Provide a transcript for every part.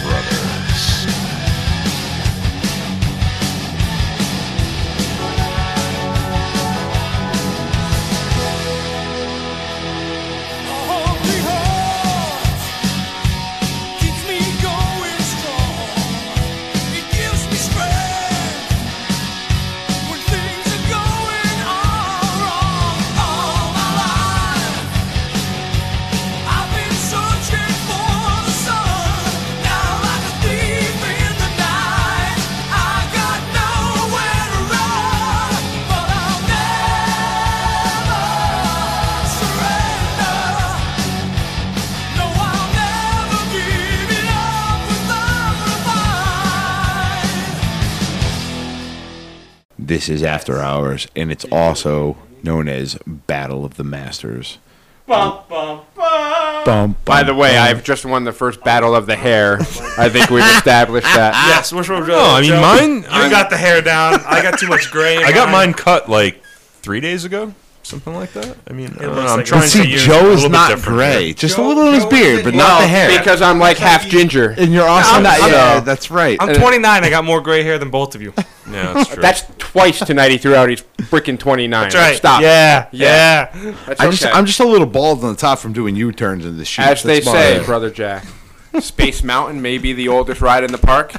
brothers. This is After Hours, and it's also known as Battle of the Masters. Bum, bum, bum. Bum, By bum, the way, bum. I've just won the first battle of the hair. I think we've established that. Yes, which one was No, I mean, mine- You I'm- got the hair down. I got too much gray. in I got mine cut like three days ago, something like that. I mean, I don't looks know, I'm like- trying But Let's to see, use Joe a is little bit not different gray, here. just a little in his beard, but not the hair. Because I'm like half ginger. and you're also I'm not. not- Yeah, no. that's right. I'm 29. I got more gray hair than both of you. Yeah, that's true. That's twice tonight he threw out he's freaking 29. That's right. Stop. Yeah. Yeah. Yeah. That's I just, okay. I'm just a little bald on the top from doing U-turns in the sheets. As they that's my- say, Brother Jack, Space Mountain may be the oldest ride in the park.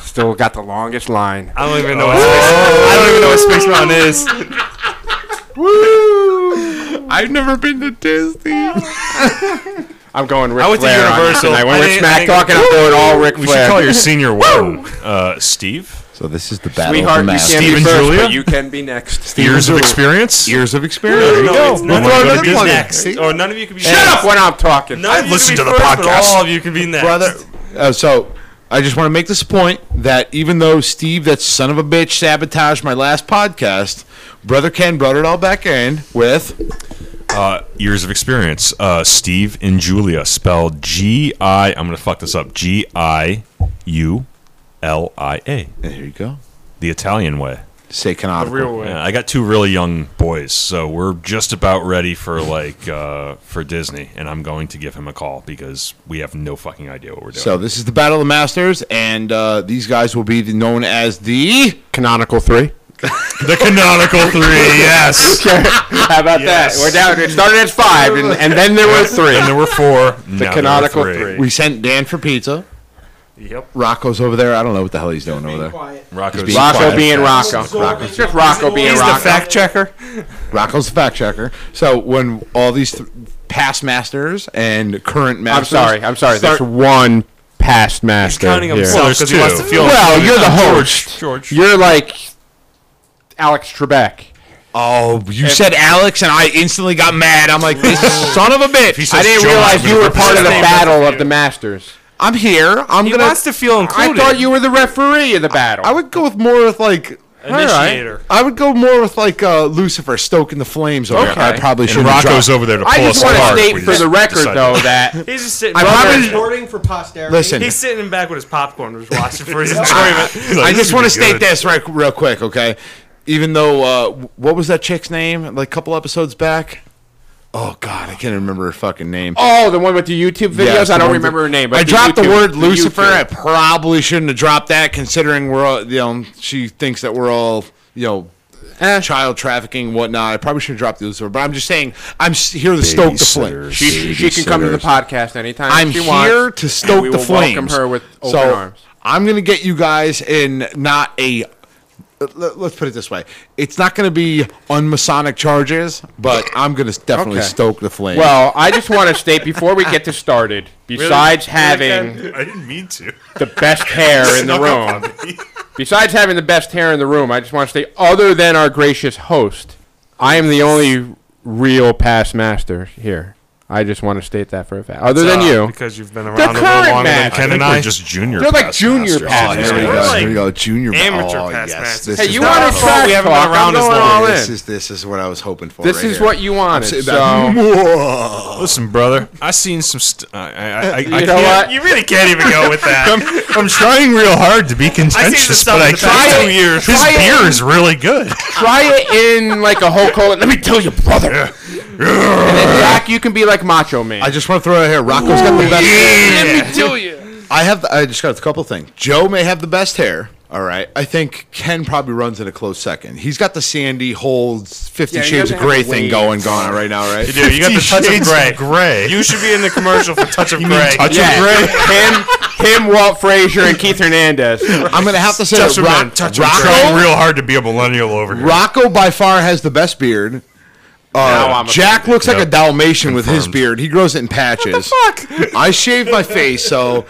Still got the longest line. I don't even know what space. I don't even know what space mountain is. I've never been to Disney. I'm going Ric I went to Flair on this Universal. tonight. When I we're think- I smack think- talking, I'm going all Ric we should call Flair. your senior warden, uh, Steve. So this is the Battle Sweetheart, of the you Masters. can't be Steven first, Julia? but you can be next. Years of experience. Years e- of experience. No, There it's you none go. We'll of you throw can another be plug in. next, See? or none of you could be. Shut up when I'm talking. None of you listened could be to the first, but podcast. All of you could be next. brother. Uh, so I just want to make this point that even though Steve, that son of a bitch, sabotaged my last podcast, brother Ken brought it all back in with Uh, years of experience. Uh, Steve and Julia, spelled G I. I'm gonna fuck this up. G I U L I A, and eh, here you go. the Italian way. Say canonical. real way. Yeah, I got two really young boys, so we're just about ready for like uh, for Disney, and I'm going to give him a call because we have no fucking idea what we're doing. So this is the Battle of the Masters, and uh, these guys will be the, known as the Canonical three. the canonical three, yes, How about Yes. that? We're down. It started at five, and, and then there were three. and there were four. The now there are canonical three. We sent Dan for pizza. Yep. Rocco's over there. I don't know what the hell he's doing over there. Rocco's being Rocco quiet. being Rocco. Rocco. It's Just Rocco being He's Rocco. the fact checker. Rocco's the fact checker. So when all these th- past masters and current I'm masters, sorry. I'm sorry. There's start- one past master. Counting here. himself there's because he wants to two. feel. Well, you're the George, host. George. You're like Alex Trebek. oh, you said Alex, and I instantly got mad. I'm like, this son of a bitch. I didn't realize you were part of the battle of the masters. I'm here. I'm He gonna. wants to feel I included. thought you were the referee of the battle. I would go with more with like all right. Initiator. I would go more with like uh, Lucifer stoking the flames. Over Okay. I probably should. and Rocco's dropped. over there to pull I just us want apart. to state We for just the record, decided- though, that He's just sitting. I probably- recording for posterity. Listen, He's sitting back with his popcorn, just watching for his enjoyment. He's like, I "This just would want to be state good." this right, real quick, okay? Even though, uh, what was that chick's name? Like a couple episodes back. Oh God, I can't remember her fucking name. Oh, the one with the YouTube videos. Yes, I the don't one- remember her name. But I dropped the YouTube- word Lucifer. YouTube. I probably shouldn't have dropped that, considering we're all, you know she thinks that we're all you know Eh. child trafficking whatnot. I probably should have dropped Lucifer, but I'm just saying I'm s- here to stoke the flame. Babysitters, She, she can come to the babysitters. podcast anytime I'm she here wants. to stoke we the will flames. Welcome her with open so arms. I'm gonna get you guys in not a. let- Let's put it this way: it's not gonna be unmasonic charges, but I'm gonna definitely Okay. stoke the flame. Well, I just want to state before we get this started. Besides having I didn't mean to. the best hair in the room, besides having the best hair in the room, I just want to state, other than our gracious host, I am the only real past master here. I just want to state that for a fact. Uh, Other than you, because you've been around They're a little current longer than Mac. I Ken think and we're I. just junior. They're like past junior masters. past Oh, Here here we we go, go. like Here we go. Junior amateur oh, past yes, masters. this hey, is you what- want our to fault trash we haven't been talk? around I'm this going long. all in. This This is, is this is what I was hoping for. right here. what you wanted. So Whoa. Listen, brother, I seen some. St- I, I, I, I You know can't- what? You really can't even go with I'm, that. I'm trying real hard to be stuff contentious, but in I the past can't. two years. His Try it. beer is really good. try it in like a whole colon. Let me tell you, brother. and then Jack, you can be like Macho Man. I just want to throw it here. Rocco's got the best. Let me tell you. I have. The, I just got a couple things. Joe may have the best hair. All right. I think Ken probably runs in a close second. He's got the sandy holds Fifty Yeah, he Shades of doesn't have Grey the thing waves. going on right now, right? You do. You got the touch of Shades gray. Gray. You should be in the commercial for touch of gray. touch of yeah, gray? him, him, Walt Frazier, and Keith Hernandez. I'm gonna have to say Touch that him, Rock- man. Touch him, I'm Rocco, trying real hard to be a millennial over here. Rocco by far has the best beard. Now Uh, I'm Jack looks like a Yep. Dalmatian with his Confirmed. beard. He grows it in patches. I shaved my face, so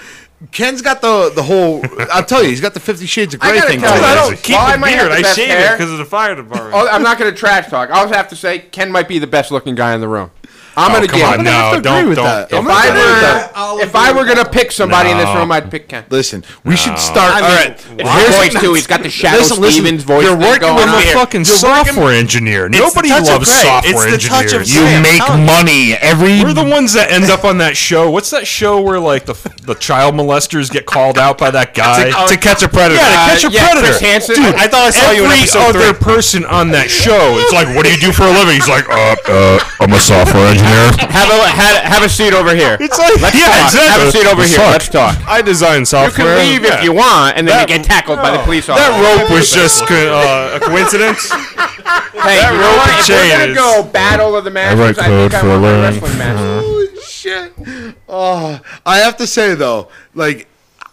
Ken's got the the whole. I'll tell you, he's got the Fifty Shades of Grey gotta thing. tell going you, I on. don't keep Well, I the might have beard. the I best shave it hair. because of the fire department. Oh, I'm not going to trash talk. I'll have to say Ken might be the best looking guy in the room. I'm going to Oh, come give on him. now. I have to don't- agree with don't- that. don't- I'm If not I agree with that. were, if I were going to pick somebody in this No. room, I'd pick Ken. Listen, we should start. I all mean, right, it's his voice too. He's got the Shadow Listen, listen, Stevens voice. you're thing working going with on. I'm a here. fucking You're working- software engineer. the Nobody touch of loves gray. It's software the touch of engineers. gray. I'm telling you. money every. We're the ones that end up on that show. What's that show where like the the child molesters get called out by that guy To- catch a predator? Yeah, to catch a Uh, yeah, predator. Chris Hansen. Dude, I- I thought I saw you in every episode other person on that show. It's like, what do you do for a living? He's like, uh, uh I'm a software engineer. Have a have, have a seat over here. It's like, yeah, talk. exactly. Have a seat over Let's here. talk. Let's talk. I design You can software. leave Yeah. if you want, and then That- you get tackled by the police officer. That rope was just co- uh, a coincidence. hey, you know rope what? and If we're chain gonna is- go battle of the masters, I, write code think for I a want my living. wrestling match. Holy shit! Oh, I have to say though, like.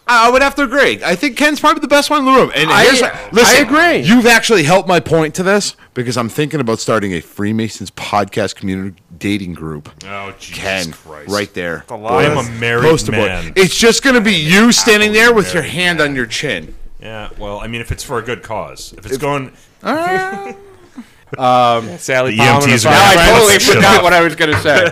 I I would have to agree. I think Ken's probably the best one in the room. And I- here's- I listen, agree. You've actually helped my point to this because I'm thinking about starting a Freemasons podcast community dating group. Oh, Jesus Ken, right there. lot I'm a of- married Poster boy. man. It's just going to be you standing there with your hand on your chin. Yeah, well, I mean, if it's for a good cause, if it's going, Sally The Palmer EMTs and are the out. fire- I totally Shut forgot up. what I was gonna say.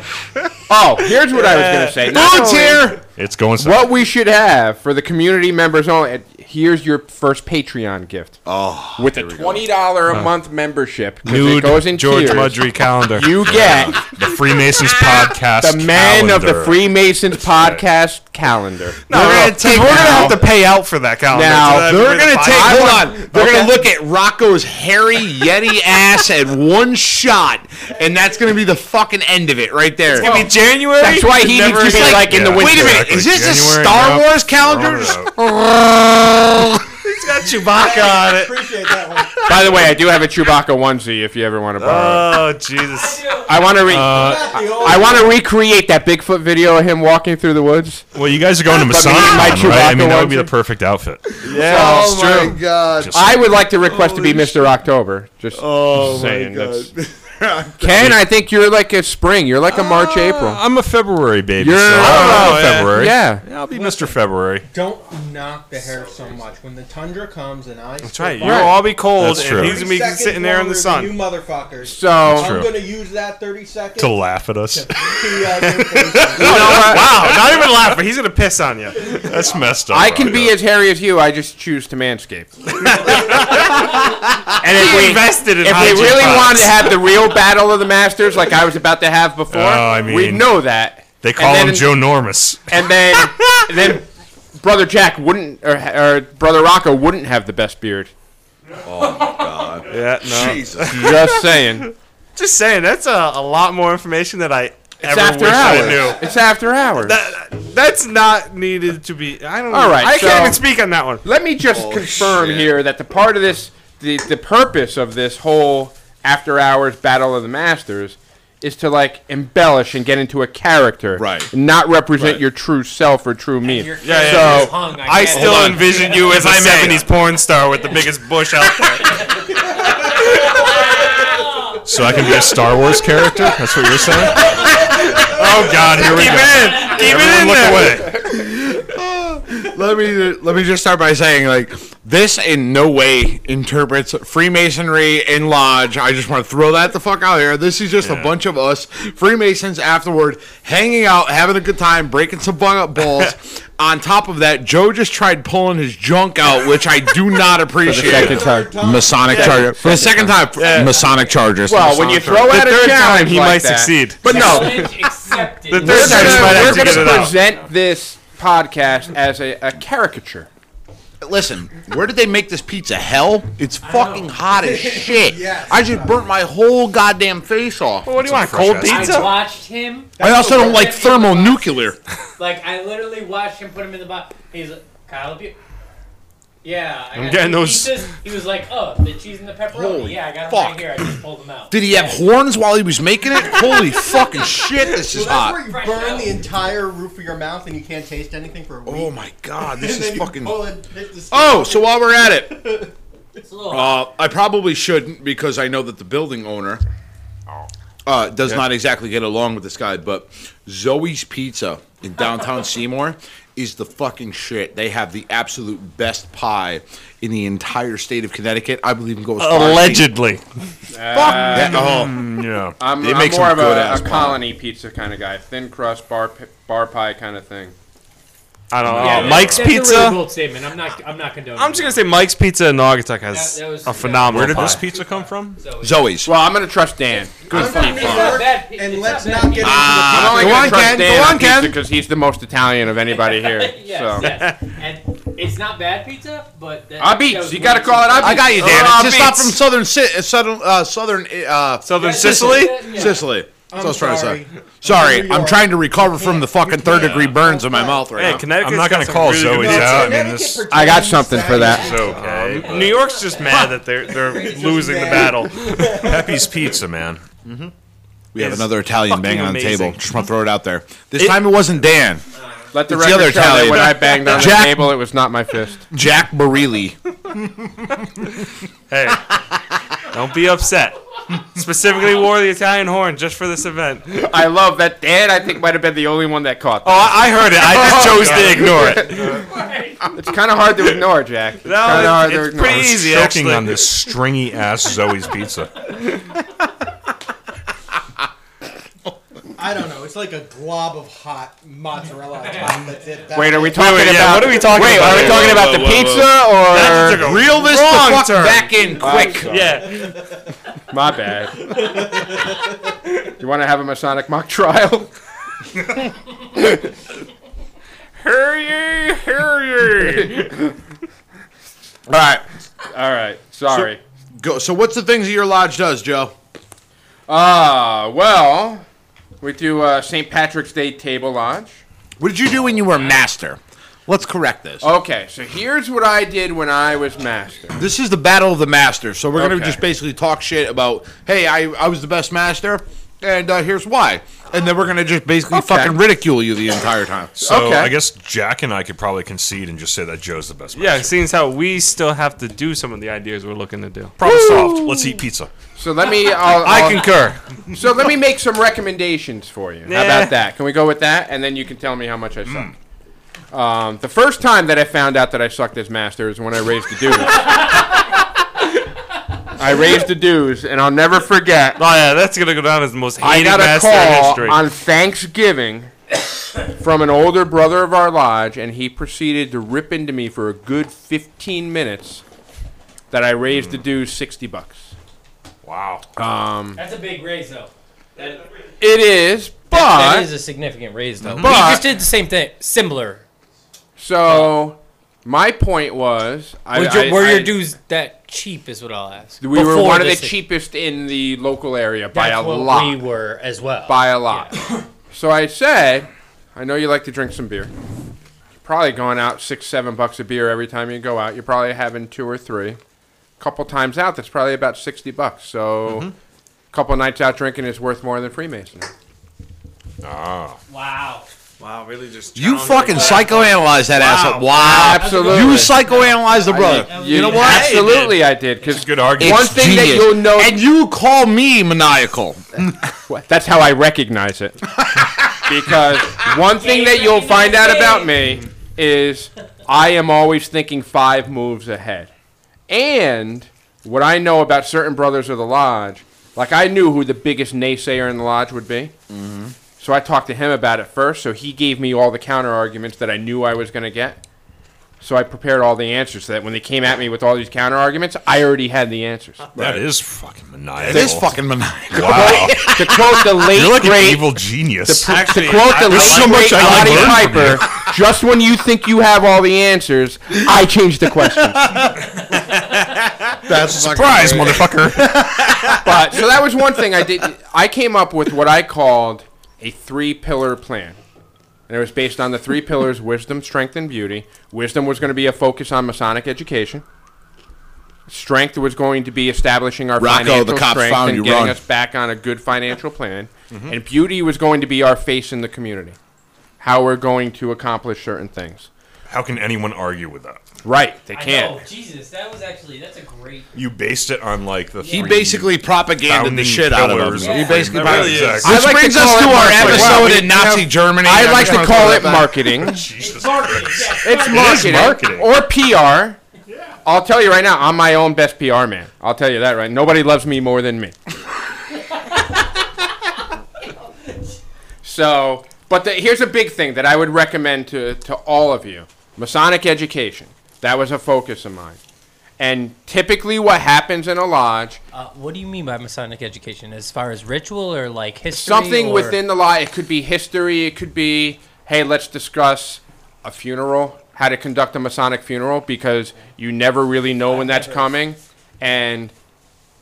Oh, here's what I was gonna say. Not Food's only- here. it's going. Some, What we should have for the community members only. Here's your first Patreon gift Oh, with a twenty dollar a month membership. 'cause Nude it goes in George tiers. Mudry calendar. You get the Freemasons podcast. the man of the calendar. Freemasons right. podcast calendar. No, we're gonna take. We're gonna have to pay out for that calendar. Now, So that'd They're be gonna fine. take. I Hold want- on. They're gonna look at Rocco's hairy Yeti ass at one shot, and that's gonna be the fucking end of it right there. It's gonna be January. That's why he Never needs to be again. like in the Yeah. winter. Wait a minute. Is this January, a Star nope. Wars Throwing calendar? it out. He's got Chewbacca on it. Appreciate that one. By the way, I do have a Chewbacca onesie if you ever want to borrow. it. Oh Jesus! Uh, I want to re- Not the old I want to recreate that Bigfoot video of him walking through the woods. Well, you guys are going to But me and Masonic, my Con, right? I mean, that would be Chewbacca the perfect outfit. Yeah, Oh it's my true. god. Just- I would like to request to be Mr. October. Just Oh my saying that's- god. Ken, I think you're like a spring. You're like a March, April. I'm a February baby. You're- so I'm Oh, yeah. February. Yeah. I'll be Mr. February. Don't knock the hair so much. When the tundra comes and I That's right. You'll all be cold, That's and true. he's gonna be sitting there in the You sun. motherfuckers. So I'm True. gonna use that 30 seconds. uh, To laugh at us. pee on your faces. Wow! Not even laughing. He's gonna piss on you. That's messed up. I can be Rocco. as hairy as you. I just choose to manscape. and if He we, invested in. if we hygiene really products. wanted to have the real battle of the masters, like I was about to have before, Oh, I we mean- know that. They call and him then- Joe Normus. and then and then brother Jack wouldn't or, or brother Rocco wouldn't have the best beard. yeah, no. Jesus. Just saying. Just saying, that's a, a lot more information that I It's ever after wish I hours. knew. It's after hours. That, that's not needed to be. I don't. All right, I so- can't even speak on that one. Let me just confirm Oh, shit. here that the part of this, the, the purpose of this whole after hours battle of the masters is to like embellish and get into a character, Right. and not represent Right. your true self or true me. Your Yeah, face yeah. is hung, I, I get it. still envision you as a '70s porn star with the biggest bush out there. So I can be a Star Wars character? That's what you're saying? Oh, God, here we Keep go. it in. Keep Everyone it in look there. away. let me let me just start by saying like this in no way interprets Freemasonry and lodge. I just want to throw that the fuck out here. This is just a bunch of us Freemasons afterward hanging out, having a good time, breaking some bung up balls. On top of that, Joe just tried pulling his junk out, which I do not appreciate. second time. Masonic charger for the second time. Masonic charges. Well, Uh, when you throw out a Third challenge time he like might that, succeed. but no, The accepted. third time he might We're have to going get to it out. present this podcast as a, a caricature. Listen, where did they make this pizza? Hell, it's fucking hot as shit. Yes. I just burnt my whole goddamn face off. What do you want? Cold I pizza? watched him. I also don't like put him in the box. thermonuclear. Like I literally watched him put him in the box. He's like, Kyle, you. Yeah, I I'm got getting two those- Pizzas. He was like, "Oh, the cheese and the pepperoni." Holy yeah, I got them fuck. right here. I just pulled them out. Did he have horns while he was making it? Holy fucking shit, this is Well, that's where hot. you Fresh burn out. the entire roof of your mouth and you can't taste anything for a week. Oh my god, this and is then fucking. You pull it, hit the skin. Oh, so while we're at it, It's a little uh, I probably shouldn't because I know that the building owner uh, does not exactly get along with this guy, but Zoe's Pizza in downtown Seymour is the fucking shit. They have the absolute best pie in the entire state of Connecticut. I believe it goes Allegedly. Mm. oh, Yeah. I'm, They I'm make some more of a, good-ass a colony pizza kind of guy, thin crust bar pi- bar pie kind of thing. I don't Oh, know. Oh, Yeah, that- Mike's that's A really Pizza. bold statement. I'm not. I'm not condoning. I'm just gonna say Mike's Pizza in Naugatuck has That- that was- a phenomenal. Where did this pie. pizza come from? Zoe's. Well, I'm going to trust Dan. I'm not It's not bad. It's And not let's bad not get into pizza. the I'm only go gonna on, trust Ken, go Dan on, Ken. because he's the most Italian of anybody here. yes, so. yes. And it's not bad pizza, but that, I that was beats. You way got to too call it. bad. I I beats. got you, Dan. Oh, It's just not beats. from southern, si- uh, southern, uh, southern, uh, Southern Yeah, Sicily. yeah. Sicily. That's what I was trying sorry. to say. Sorry, New I'm York. trying to recover from the fucking third degree burns in my Yeah. mouth Hey, right now. Connecticut. I'm not gonna call Zoe's out. I mean, Connecticut this- pretends I got something for that. It's okay. but- New York's just mad that they're they're losing the mad. battle. Pepe's Pizza, man. We have is another Italian fucking bang on the amazing. table. Just want to throw it out there. This time it wasn't Dan. Let the It's the record other show that Italian. when I banged on Jack- the table, it was not my fist. Jack Bareilly. Hey, don't be upset. Specifically, wore the Italian horn just for this event. Oh, I love that Dan. I think might have been the only one that caught. That. I, I heard it. I just chose to ignore it. It's kind of hard to ignore, Jack. It's No, kinda it- hard to it's ignore. I pretty was Easy, choking actually. on this stringy ass Zoe's Pizza. I don't know. It's like a glob of hot mozzarella on top. That's it. That- Wait, are we talking wait, yeah, about? what are we talking wait, about are we here? talking Whoa, about whoa, the whoa, whoa. pizza or? Reel this Wrong the fuck turn. back in quick. Yeah, My bad. you want to have a Masonic mock trial? hurry, hurry! All right. All right, sorry. Go. So what's the things that your lodge does, Joe? Ah, well, we do uh, St. Patrick's Day Table Lodge. What did you do when you were master? Let's correct this. Okay, so here's what I did when I was master. This is the battle of the masters. So we're gonna Okay. just basically talk shit about, hey, I, I was the best master, and uh, here's why. And then we're gonna just basically Okay. fucking ridicule you the entire time. So Okay. I guess Jack and I could probably concede and just say that Joe's the best. yeah. master. Seeing as how we still have to do some of the ideas we're looking to do. Problem solved. Let's eat pizza. So let me. I'll, I'll- concur. So let me make some recommendations for you. How Yeah. Mm. about that? Can we go with that? And then you can tell me how much I suck. Um, the first time that I found out that I sucked as master is when I raised the dues. I raised the dues, and I'll never forget. Oh yeah, that's gonna go down as the most hated I got a master in call history. on Thanksgiving from an older brother of our lodge, and he proceeded to rip into me for a good 15 minutes that I raised Mm. the dues 60 bucks. Um, Wow. That's a big raise, though. That, It is, but. that is a significant raise, though. But, But- he just did the same thing, similar. So my point was, I, Were, your, I- were I- your dues that cheap? Is what I'll ask. We were Before one of the this thing. cheapest in the local area by That's a what lot. We were as well. by a lot. so I said, I know you like to drink some beer. You're probably going out six, seven bucks a beer every time you go out. You're probably having two or three. Couple times out, that's probably about sixty bucks. So, Mm-hmm. a couple nights out drinking is worth more than Freemasonry. Wow. wow, really just You fucking psychoanalyze that asshole. Wow. Absolutely. You psychoanalyze the brother. You, know what? Absolutely, I did. Because Good argument. One thing that you'll know- And you call me maniacal. What? That's how I recognize it. because one thing that you'll find out about me is I am always thinking five moves ahead. And what I know about certain brothers of the lodge, like I knew who the biggest naysayer in the lodge would be. Mm-hmm. So I talked to him about it first. So he gave me all the counter arguments that I knew I was going to get. So I prepared all the answers so that when they came at me with all these counter arguments, I already had the answers. That is fucking maniacal. It is fucking maniacal. Wow. to quote the late You're like great an evil genius. to Actually, quote the late there's so much great I Monty learned from Piper, just when you think you have all the answers, I change the question. That's Surprise, motherfucker. but so that was one thing I did. I came up with what I called a three-pillar plan, and it was based on the three pillars: wisdom, strength, and beauty. Wisdom was going to be a focus on Masonic education. Strength was going to be establishing our Rocco, financial the cops strength found and you, Mm-hmm. getting run. us back on a good financial plan. And beauty was going to be our face in the community, how we're going to accomplish certain things. How can anyone argue with that? Right, they I can't. know. Jesus, that was actually that's a great. You based it on like the. He basically propaganded the Founding shit out of pillars us. He of basically freedom. Really propagandized. is. Which I like to brings us call to it our marketing. episode Wow, we- in Nazi yeah. Germany. I I'm like just to gonna call that it back. marketing. Jesus Marketing, Christ. yeah, It's marketing. marketing, marketing. or PR. I'll tell you right now, I'm my own best PR man. I'll tell you that right. Nobody loves me more than me. so, but the, here's a big thing that I would recommend to, to all of you Masonic education. That was a focus of mine. And typically, what happens in a lodge, Uh, what do you mean by Masonic education? As far as ritual or like history? something or- within the lodge, it could be history, it could be, hey, let's discuss a funeral, how to conduct a Masonic funeral, because you never really know when that's coming. And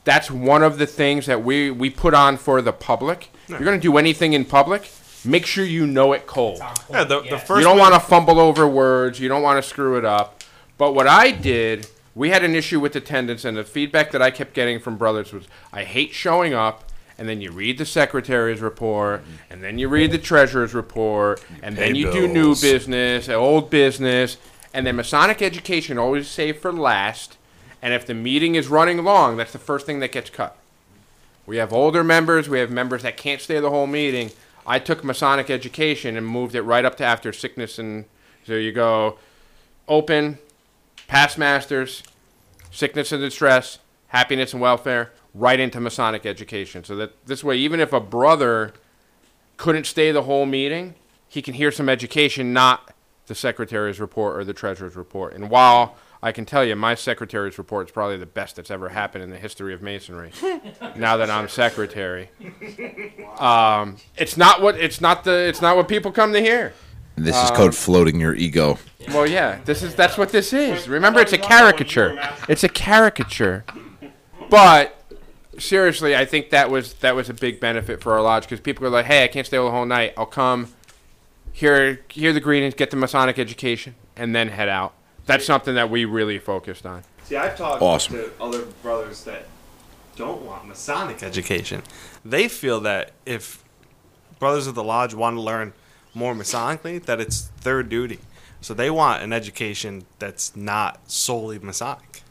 that's one of the things that we, we put on for the public. You're going to do anything in public, make sure you know it cold. Yeah, the, the first You don't want to fumble over words. You don't want to screw it up. But what I did, we had an issue with attendance, and the feedback that I kept getting from brothers was, I hate showing up. And then you read the secretary's report, and then you read the treasurer's report, and then pay you do new bills. business, and old business, and then Masonic education always saved for last. And if the meeting is running long, that's the first thing that gets cut. We have older members. We have members that can't stay the whole meeting. I took Masonic education and moved it right up to after sickness, and so you go open, past masters, sickness and distress, happiness and welfare, right into Masonic education. So that this way, even if a brother couldn't stay the whole meeting, he can hear some education, not the secretary's report or the treasurer's report. And while I can tell you, my secretary's report is probably the best that's ever happened in the history of masonry. now that I'm secretary, um, it's not what it's not the it's not what people come to hear. This is Um, called floating your ego. Well, yeah, this is that's what this is. Remember, it's a caricature. It's a caricature. But seriously, I think that was that was a big benefit for our lodge because people are like, "Hey, I can't stay the whole night. I'll come, hear hear the greetings, get the Masonic education, and then head out." That's something that we really focused on. See, I've talked Awesome. to other brothers that don't want Masonic education. They feel that if brothers of the lodge want to learn more Masonically, that it's their duty. So they want an education that's not solely Masonic.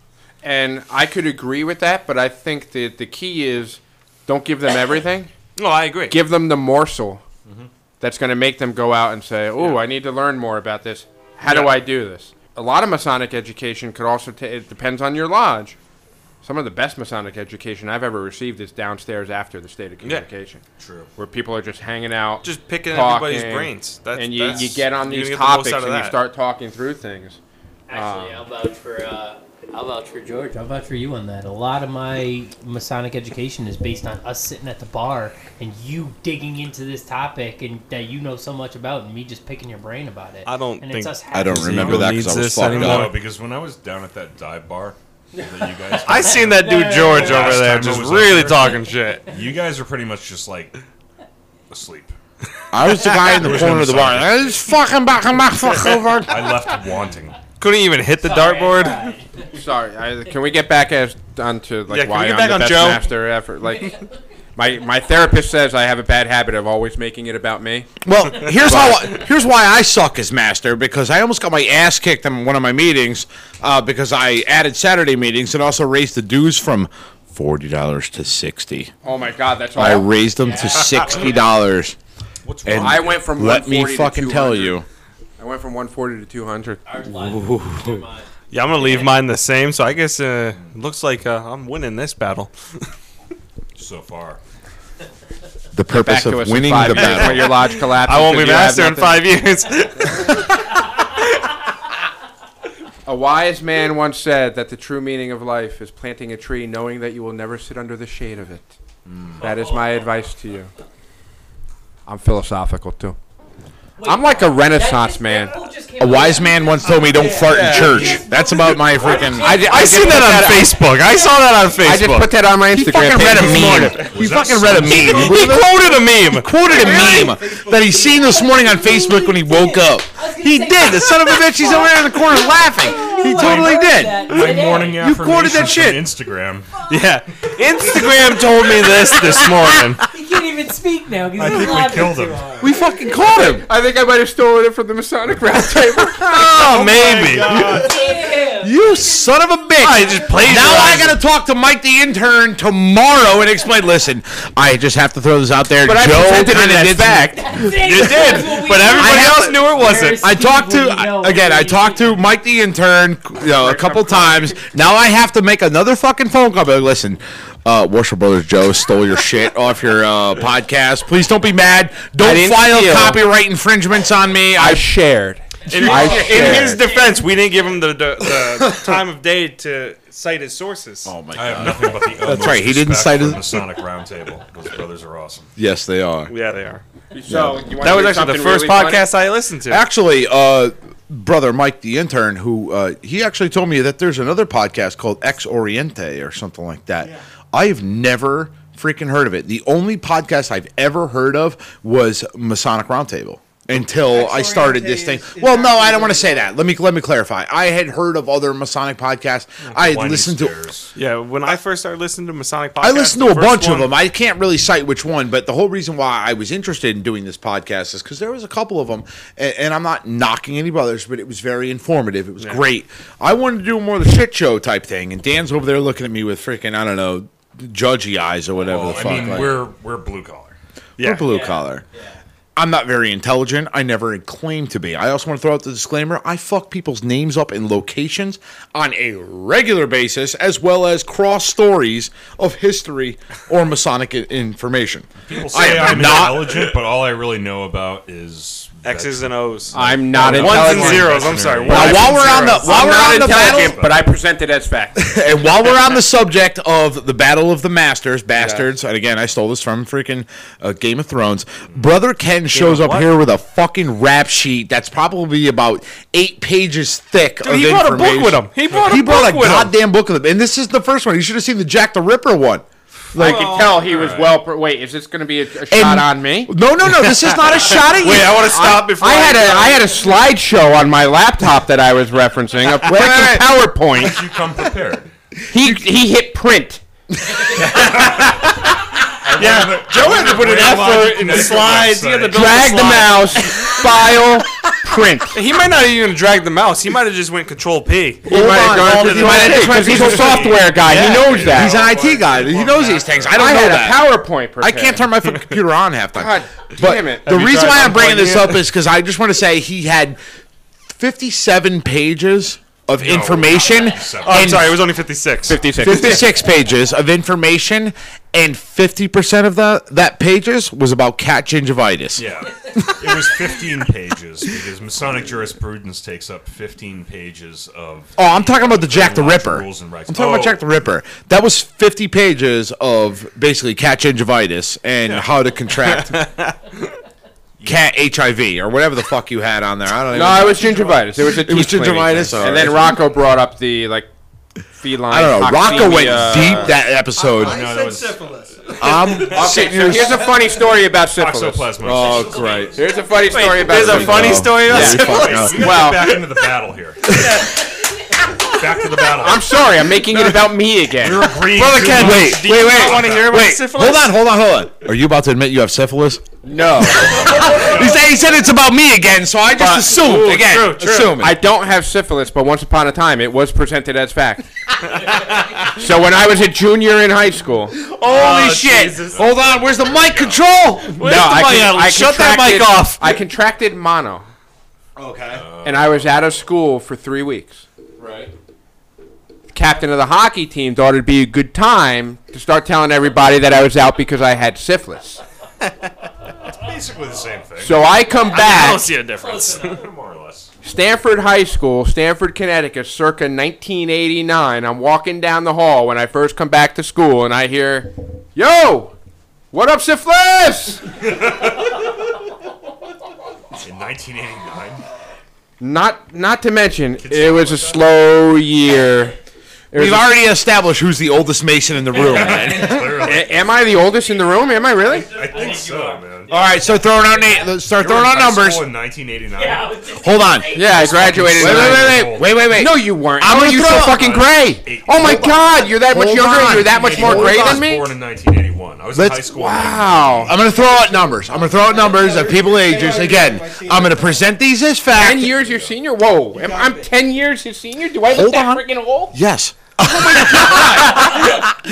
And I could agree with that, but I think that the key is don't give them everything. No, I agree. give them the morsel Mm-hmm. that's going to make them go out and say, "Oh, I need to learn more about this. How do Yeah. I do this?" A lot of Masonic education could also ta it depends on your lodge. Some of the best Masonic education I've ever received is downstairs after the state of communication. True. Where people are just hanging out, Just picking talking, everybody's brains. That's, and you, that's, you get on you're these gonna get the most topics out of and you that. start talking through things. Actually, I'll vouch for. Uh, I'll vouch for George. I'll vouch for you on that. A lot of my Masonic education is based on us sitting at the bar and you digging into this topic and that you know so much about, and me just picking your brain about it. I don't And think- it's us I don't having- remember Eagle that because needs I was this fucked anymore. No, up. because when I was down at that dive bar that you guys, I seen that dude George over Last there time I just was really up there. talking shit. you guys were pretty much just like asleep. I was the guy in the There's corner no of the bar. sign. I was fucking back and back fuck over. I left wanting. Couldn't even hit the dartboard. Sorry, I, can we get back as onto like Yeah, can we why get I'm back the on best Joe? master effort? Like my my therapist says, I have a bad habit of always making it about me. Well, here's how. Here's why I suck as master because I almost got my ass kicked in one of my meetings uh, because I added Saturday meetings and also raised the dues from forty dollars to sixty. Oh my God, that's I awful. raised them to sixty dollars. What's And wrong? I went from Let me 140 to fucking tell 200. you, I went from 140 to 200. Ours live. Never mind. Yeah, I'm gonna leave mine the same. So I guess uh, looks like uh, I'm winning this battle. So far. The purpose to of us in winning five the years when battle. your lodge collapses. I won't be because you have master in nothing. five years. A wise man once said that the true meaning of life is planting a tree, knowing that you will never sit under the shade of it. That is my advice to you. I'm philosophical too. I'm like a Renaissance man. A wise man once told me don't fart in church. That's about my freaking. I, I seen that on Facebook. I saw that on Facebook. I just put that on my Instagram. fucking page read a this morning. meme. He Was that fucking read a meme. he quoted a meme. quoted a meme that he seen this morning on Facebook when he woke up. He did. The son of a bitch. He's over there in the corner laughing. He totally did. My morning You quoted that affirmations from Instagram. yeah, Instagram told me this this morning. He can't even speak now I because he's think we laughing killed him. too hard. We fucking caught him. I think I might have stolen it from the Masonic Roundtable. Oh, maybe. Yeah. You son of a bitch. I just plagiarized. Now I gotta talk to Mike the intern tomorrow and explain. Listen, I just have to throw this out there. But I presented it kinda as did some- fact. You did, but everybody I have else to- knew it wasn't. There's- I talked to People you know, I- again. I right? talked to Mike the intern, you know, a couple times. Now I have to make another fucking phone call. Be Like, listen, uh, Warship Brothers Joe stole your shit off your uh, podcast. Please don't be mad. Don't didn't file steal. copyright infringements on me. I shared. In, I in his shared. defense, we didn't give him the, the, the time of day to cite his sources. Oh my. I have nothing but the That's right, he didn't cite his- Masonic Roundtable. Those brothers are awesome. yes, they are. Yeah, they are. So you wanna That was hear actually the something first really funny? podcast I listened to. Actually, uh, brother Mike the intern, who uh, he actually told me that there's another podcast called Ex Oriente or something like that. I've never freaking heard of it. The only podcast I've ever heard of was Masonic Roundtable until I started this thing. Oriente is- is well, no, actually I don't want to say really that. Let me let me clarify. I had heard of other Masonic podcasts. I had Winding listened to. stairs. Yeah, when I first started listening to Masonic podcasts, I listened to the a first bunch of one- them. I can't really cite which one, but the whole reason why I was interested in doing this podcast is because there was a couple of them, and, and I'm not knocking any brothers, but it was very informative. It was great. I wanted to do more of the shit show type thing, and Dan's over there looking at me with freaking I don't know judgy eyes or whatever Well, the fuck. I mean, like- we're we're blue collar. we're blue collar. I'm not very intelligent. I never claim to be. I also want to throw out the disclaimer I fuck people's names up and locations on a regular basis, as well as cross stories of history or Masonic i- information. People I say am I'm not- intelligent, but all I really know about is X's vets- and O's. I'm not Ones intelligent. and zeros. I'm sorry. Now, Ones while and we're on the zeros. while I'm we're not on the intelligent, battle, but I present it as fact. and while we're on the subject of the Battle of the Masters, bastards, and again, I stole this from freaking uh, Game of Thrones. Brother Ken shows of up what? here with a fucking rap sheet that's probably about eight pages thick. of he brought a book with information. him. He brought a book with him. goddamn book with him, and this is the first one. You should have seen the Jack the Ripper one. I could tell he was well. Pre- Wait, is this going to be a, a shot And- on me? No, no, no. This is not a shot at you. Wait, I want to stop before I had a I had a slideshow on my laptop that I was referencing, a freaking PowerPoint. You come prepared. He he hit print. yeah, Joe had to put an effort in the slides. He had to build Drag the mouse, file, print. He might not even drag the mouse. He might have just went Control P. He might have gone- Hold he on, Oh, might have- hold on. because he's a software guy. he knows that. He's an IT guy. He knows these things. I don't I know had that. a PowerPoint. Prepared. I can't turn my fucking computer on half time. God but damn it. the reason why I'm bringing this up is because I just want to say he had 57 pages of information. seven. Oh, I'm and sorry, it was only 56. 56. 56 pages of information, and 50% of the that pages was about cat gingivitis. Yeah, it was 15 pages because Masonic jurisprudence takes up 15 pages of. Oh, I'm talking about the Jack the Lodge Ripper. rules and regs. I'm talking about Oh. Jack the Ripper. That was 50 pages of basically cat gingivitis and how to contract cat HIV or whatever the fuck you had on there. I don't even No, it was gingivitis. It was a It was teeth cleaning gingivitis, thing. all And then Rocco brought up the like feline. I don't know. Rocco went toxemia. deep that episode. I I, that said was- syphilis. am uh, Okay, so here's a funny story about syphilis. Toxoplasmosis. Oh, great. Here's a funny story about There's a syphilis. funny story about Oh, Yeah, you syphilis. fucking up. We gotta get Well- back into the battle here. back to the battle. I'm sorry, I'm making it about me again. You're agreeing Brother too Ken, much. wait, Do wait, you wait. not wanna hear about Wait, syphilis? hold on, hold on, hold on. Are you about to admit you have syphilis? No, He said, he said it's about me again, so I just But- assumed Ooh, again. true, true. Assuming. I don't have syphilis, but once upon a time it was presented as fact. so when I was a junior in high school, Holy shit! Hold on, where's the mic control? no, I, mic con- at? I Shut that mic contracted- off. I contracted mono. Okay. and I was out of school for three weeks. right. Captain of the hockey team thought it'd be a good time to start telling everybody that I was out because I had syphilis. Basically the same thing. So I come I back. don't see a difference. More or less. Stanford High School, Stanford, Connecticut, circa 1989. I'm walking down the hall when I first come back to school, and I hear, "Yo, what up, syphilis?" In 1989. Not, not to mention, it was a slow year. It was We've a- already established who's the oldest Mason in the room, man. Clearly. A- am I the oldest in the room? Am I really? I think so, man. All right, so throwing out na- let's start throwing out numbers. In 1989. Hold on. Yeah, I graduated. Wait, in wait, 90. wait, wait, wait, wait, wait. No, you weren't. I'm How are gonna you throw so up. fucking gray? Eight. Oh my Hold God, you're that much Hold younger. on. and You're that much more Hold gray on. I than me. was born in 1981. I was Let's- in high school. in Wow. I'm gonna throw out numbers. I'm gonna throw out numbers of people ages. Again, I'm gonna present these as fact. 10 years your senior? Whoa. Am, got I'm it. 10 years your senior? Do I Hold look that on. freaking old? Yes. Oh my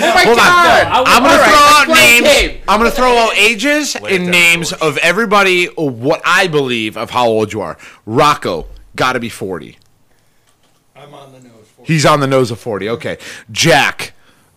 Hold on. God. I'm gonna All right, throw let's out play a names. game. I'm gonna throw out ages it and down, names George. of everybody or what I believe of how old you are. Rocco, gotta be forty. I'm on the nose for He's on the nose of forty. Okay. Jack,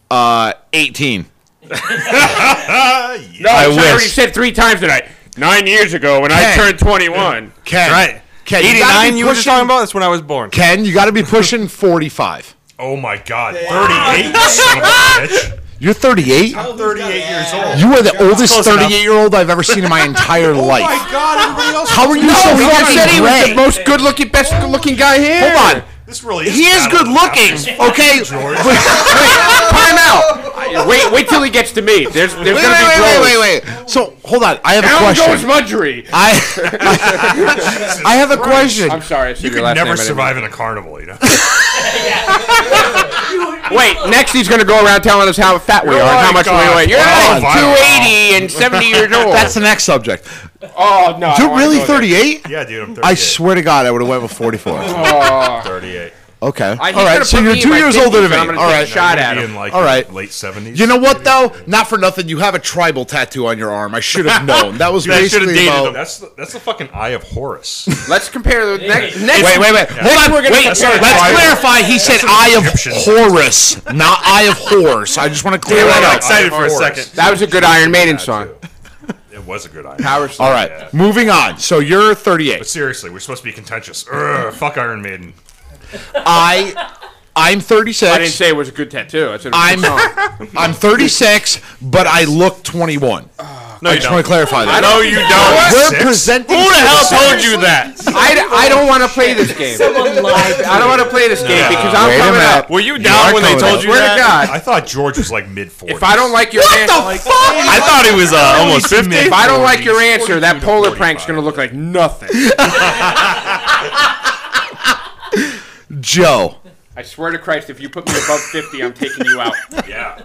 uh, eighteen. No, I I already wish. said three times tonight. Nine years ago when I Ken. turned 21. Ken. Right. Ken, you gotta 89, be you were just pushing- talking about? That's when I was born. Ken, you gotta be pushing forty-five. Oh my God. 38. son of a bitch. You're thirty-eight. I'm 38 years old. You are the oldest close enough. 38 year old I've ever seen in my Oh entire life. God, everybody else. How are you so You fucking said he was gray? the most good looking, best good looking guy here. Hold on. This really He is Battle good of the looking, Bastards. okay? George. Time out. Wait, wait till he gets to me. There's, there's Wait, gonna be wait, wait, blows. wait, wait, wait. So, hold on. I have a Down goes question. Mudgery. I, I have a question. I'm sorry. I said You your could last name, I never didn't- survive in a carnival, you know? Wait, next he's gonna go around telling us how fat we Oh are and how my much we God. weigh. You're Oh, like wow. 280 and 70 years old. That's the next subject. oh no. I don't You're wanna really go there. 38? Yeah, dude, I'm 38. I swear to God, I would have went with 44. Oh. 38. Okay. All he's right. gonna So put you're me in two my years older 50s, than me. and I'm gonna All take a right. shot. Shot You're gonna at be him. in, like, All the right. Late 70s. You know what though? Not for nothing, you have a tribal tattoo on your arm. I should have known. That was Dude, I should have basically dated about. him. That's the, that's the fucking eye of Horus. Let's compare the next. next Wait, wait, wait. Hold on. we're gonna wait, compare let's it to Bible. clarify. He said "Eye of Egyptian." Horus," not "Eye of Horse." I just want to clear I that got up. excited for a Horus. second. That was a good Iron Maiden song. It was a good Iron Power Maiden. Slave. All right, moving on. So you're 38. But seriously, we're supposed to be contentious. Urgh, fuck Iron Maiden. I, I'm I didn't 36. say it was a good tattoo. I said it I'm, was a good song. I'm 36, but I look 21. No, I you just don't. want to clarify that. No, you don't. We're Six? presenting. Who the hell told you that? I, d- I don't want to play this game. Someone lied. I don't want to play this game because I'm Wait a coming minute. up. Were you are down when they coming up. told you Swear to that? God, I thought George was like mid 40s. if I don't like your answer, I thought he was uh, almost 50. if I don't like your answer, that polar prank's gonna look like nothing. Joe. I swear to Christ, if you put me above 50, I'm taking you out. Yeah.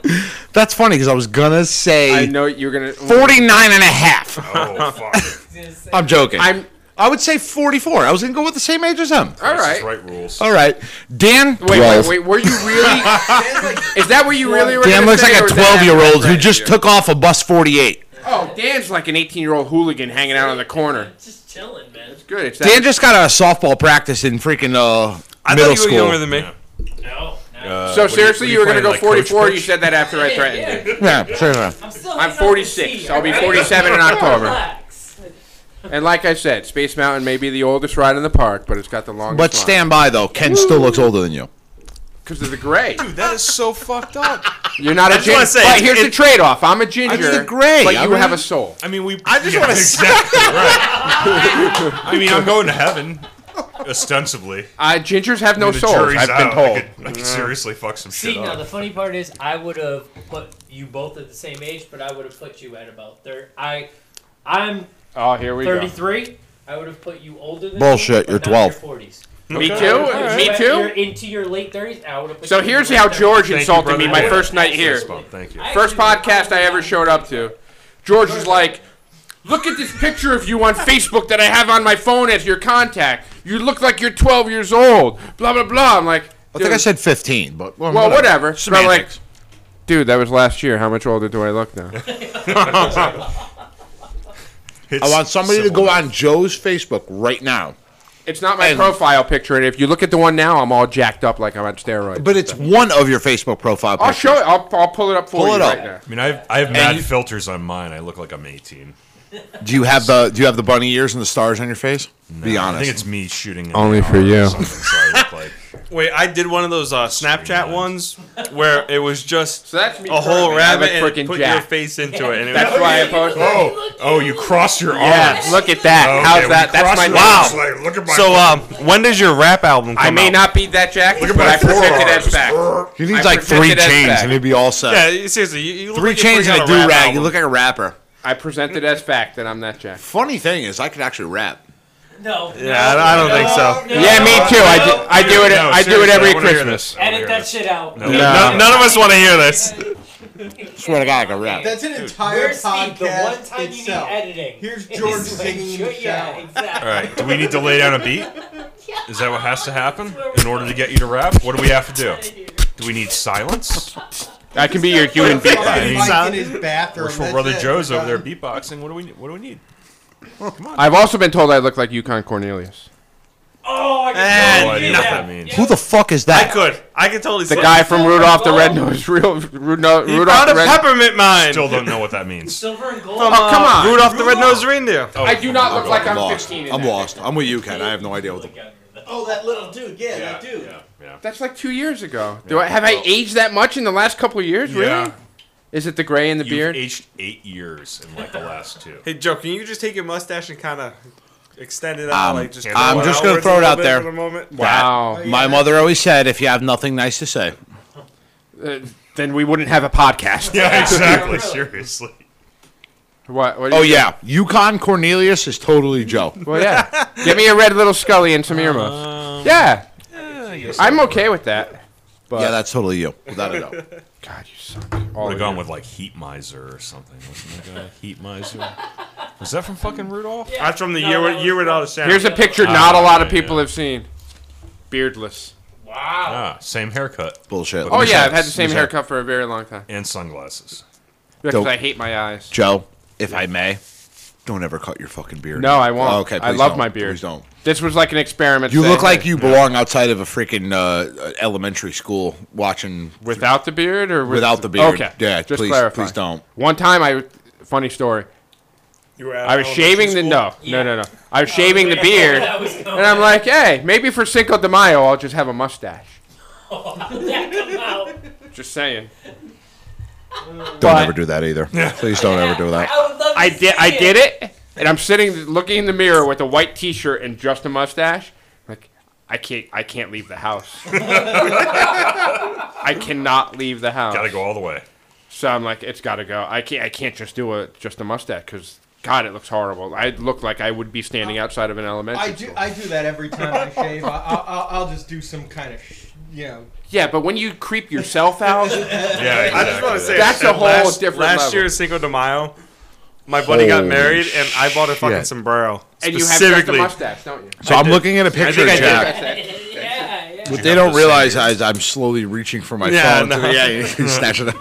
That's funny because I was gonna I say know you're gonna. 49 and a half. Oh, fuck. I'm joking. i I'm would say 44. I was gonna go with the same age as him. all That's right. right rules. All right, Dan. Wait, 12. wait, wait. Were you really? is that where you really were? Dan gonna looks say, like a or was that 12 year old who right just here? took off a bus 48. Oh, Dan's like an 18 year old hooligan hanging out on the corner. Just chilling, man. Good. It's that Dan just got a softball practice in freaking uh, I thought middle you were younger school. than me. No, no. So seriously, you, were gonna go 44. you said that after I Yeah, threatened yeah. you. Yeah, sure enough. I'm still I'm hanging out with 46. C, I'll be alright? 47 in October. Relax. And like I said, Space Mountain may be the oldest ride in the park, but it's got the longest. But stand by though, Ken still looks older than you. because of the gray. Dude, that is so fucked up. You're not a ginger. wanna say, but it- here's the it- trade-off. I'm a ginger. the gray. But you I mean- have a soul. I mean, we. I just wanna- exactly right. I mean, I'm going to heaven, ostensibly. Uh, gingers have no The souls. jury's I've been out. told. I could, I could seriously fuck some See, shit now the up. funny part is, I would have put you both at the same age, but I would have put you at about thirty. I, I'm Oh, here we go. 33. I would have put you older than Bullshit, Me, you're but not in 12. Your 40s. Me too. Alright. Me You- You're too. into your late 30s. I would have put So you in your here's late how 30s. George Thank you, insulted me brother. my Yeah. first night here. Yes, Bob, Thank you. First podcast I ever showed up to. George was like, "Look at this picture of you on Facebook that I have on my phone as your contact. You look like you're 12 years old." Blah blah blah. I'm like, I think I "Dude, said 15, but well, Well, whatever. But I'm like, Semantics. dude, that was last year. How much older do I look now? I want somebody to go out. on Joe's Facebook right now It's not my profile picture, and if you look at the one now, I'm all jacked up like I'm on steroids. But it's one of your Facebook profile I'll pictures. show it. I'll, I'll pull it up for Pull you it right up. now. I mean, I have, I have mad filters on mine. I look like I'm 18. Do you have the Do you have the bunny ears and the stars on your face? Be honest. I think it's me shooting. Only for you. Wait, I did one of those uh, Snapchat ones where it was just So that's me a whole currently. I have a rabbit and freaking put your jack. face into it. And it That's was, why I posted. oh, oh, you cross your Yeah, arms. look at that. Okay, How's Oh, when that? you That's cross my your arms, wow. uh, like, look at my. so, um, when does your rap album come I may out? not be that jacked, look at but my I presented forearms. as back. Brr. He I needs like presented three as chains back. and he'd be all set. Yeah, you- seriously, you, you look three like you're chains and a putting out do rap rag. album. You look like a rapper. I presented as fact that I'm not jacked. Funny thing is, I could actually rap. No. Yeah, I- I don't think so. Oh, No, yeah, me no, too. I do, no. I do it. No, I do it seriously, I every wanna hear Christmas. this. I wanna Edit hear that this. shit out. No. None- None of us want to hear this. Swear to God, I could rap. That's an entire Where's Steve? podcast. The one time you need itself. editing. Here's is George when singing in you- the Yeah, shower. exactly. All right. Do we need to lay down a beat? Is that what has to happen in order to get you to rap? What do we have to do? Do we need silence? I can be your human Fucking beatbox. Mike Sound- in his bathroom. Wishful that's brother it. Joe's over there Done. beatboxing. What do we? What do we need? I've also been told I look like Yukon Cornelius, Oh, I Eh, can No totally idea do what that. that means. Who the fuck is I that? could. I could totally the see guy it. from Rudolph the Red Nose, real Rudolph. He found Rudolph a the Red. peppermint mine. Still don't know what that means. Silver and gold. Oh come on! Rudolph the Red-Nosed Reindeer. Oh, I do not look like I'm I'm lost. 15. in I'm that. lost. I'm with you, Ken. I have no idea what the. Oh, that little dude. Yeah, that dude. yeah. That's like two years ago. Do I have I aged that much in the last couple of years? Really? Yeah. Is it the gray and the You've beard? aged eight years in like the last two. Hey, Joe, can you just take your mustache and kind of extend it out? Um, like just I'm go just gonna outwards throw a it little out bit there. For the moment. Wow. My mother always said, if you have nothing nice to say, Uh, then we wouldn't have a podcast. Yeah, exactly. Seriously. What? what do Oh you- yeah, Yukon Cornelius is totally Joe. Well, yeah. Give me a red little Scully and some earmuffs. Uh, yeah. I'm okay with that. But yeah, that's totally you, without a doubt. God, you suck. All Would have of gone you. with like Heat Miser or something. Wasn't that guy Heat Miser? Was that from fucking Rudolph? That's from the year with- year without a sound. Here's a picture Oh, not a lot of people have seen. Beardless. Ah, same haircut Bullshit. Oh yeah, I've had the Let same me say- haircut for a very long time and sunglasses. because Dope. I hate my eyes. Joe, if I may, don't ever cut your fucking beard. No, I won't. Oh, okay, I please love don't. my beard. Please don't. This was like an experiment. You thing. look like you belong outside of a freaking uh, elementary school watching without the beard or with- Without the beard. Okay, Yeah, just please- clarify. please don't. One time, I funny story. You were at Oh, I was elementary shaving the school. no, Yeah. no, no, no. I was shaving the beard, That was going. and I'm like, hey, maybe for Cinco de Mayo, I'll just have a mustache. Yeah, come out. Just saying. Don't But- ever do that either. Please don't ever do that. I would love to I did. I see did it, and I'm sitting looking in the mirror with a white T-shirt and just a mustache. Like, I can't. I can't leave the house. I cannot leave the house. Gotta go all the way. So I'm like, it's got to go. I can't. I can't just do a just a mustache because God, it looks horrible. I look like I would be standing outside of an elementary I do. school. I do that every time I shave. I, I'll, I'll, I'll just do some kind of, sh- you know. yeah, but when you creep yourself out, Yeah, exactly. I just want to say That's at a whole last, different Last level. year's Cinco de Mayo, my buddy got Holy married and I bought a fucking shit. sombrero. and you have just a specifically. mustache, don't you? So I'm looking at a picture of think I did. Jack. it. Yeah, yeah. What they don't realize is I'm slowly reaching for my Yeah, phone. to- no. yeah, you snatch it up.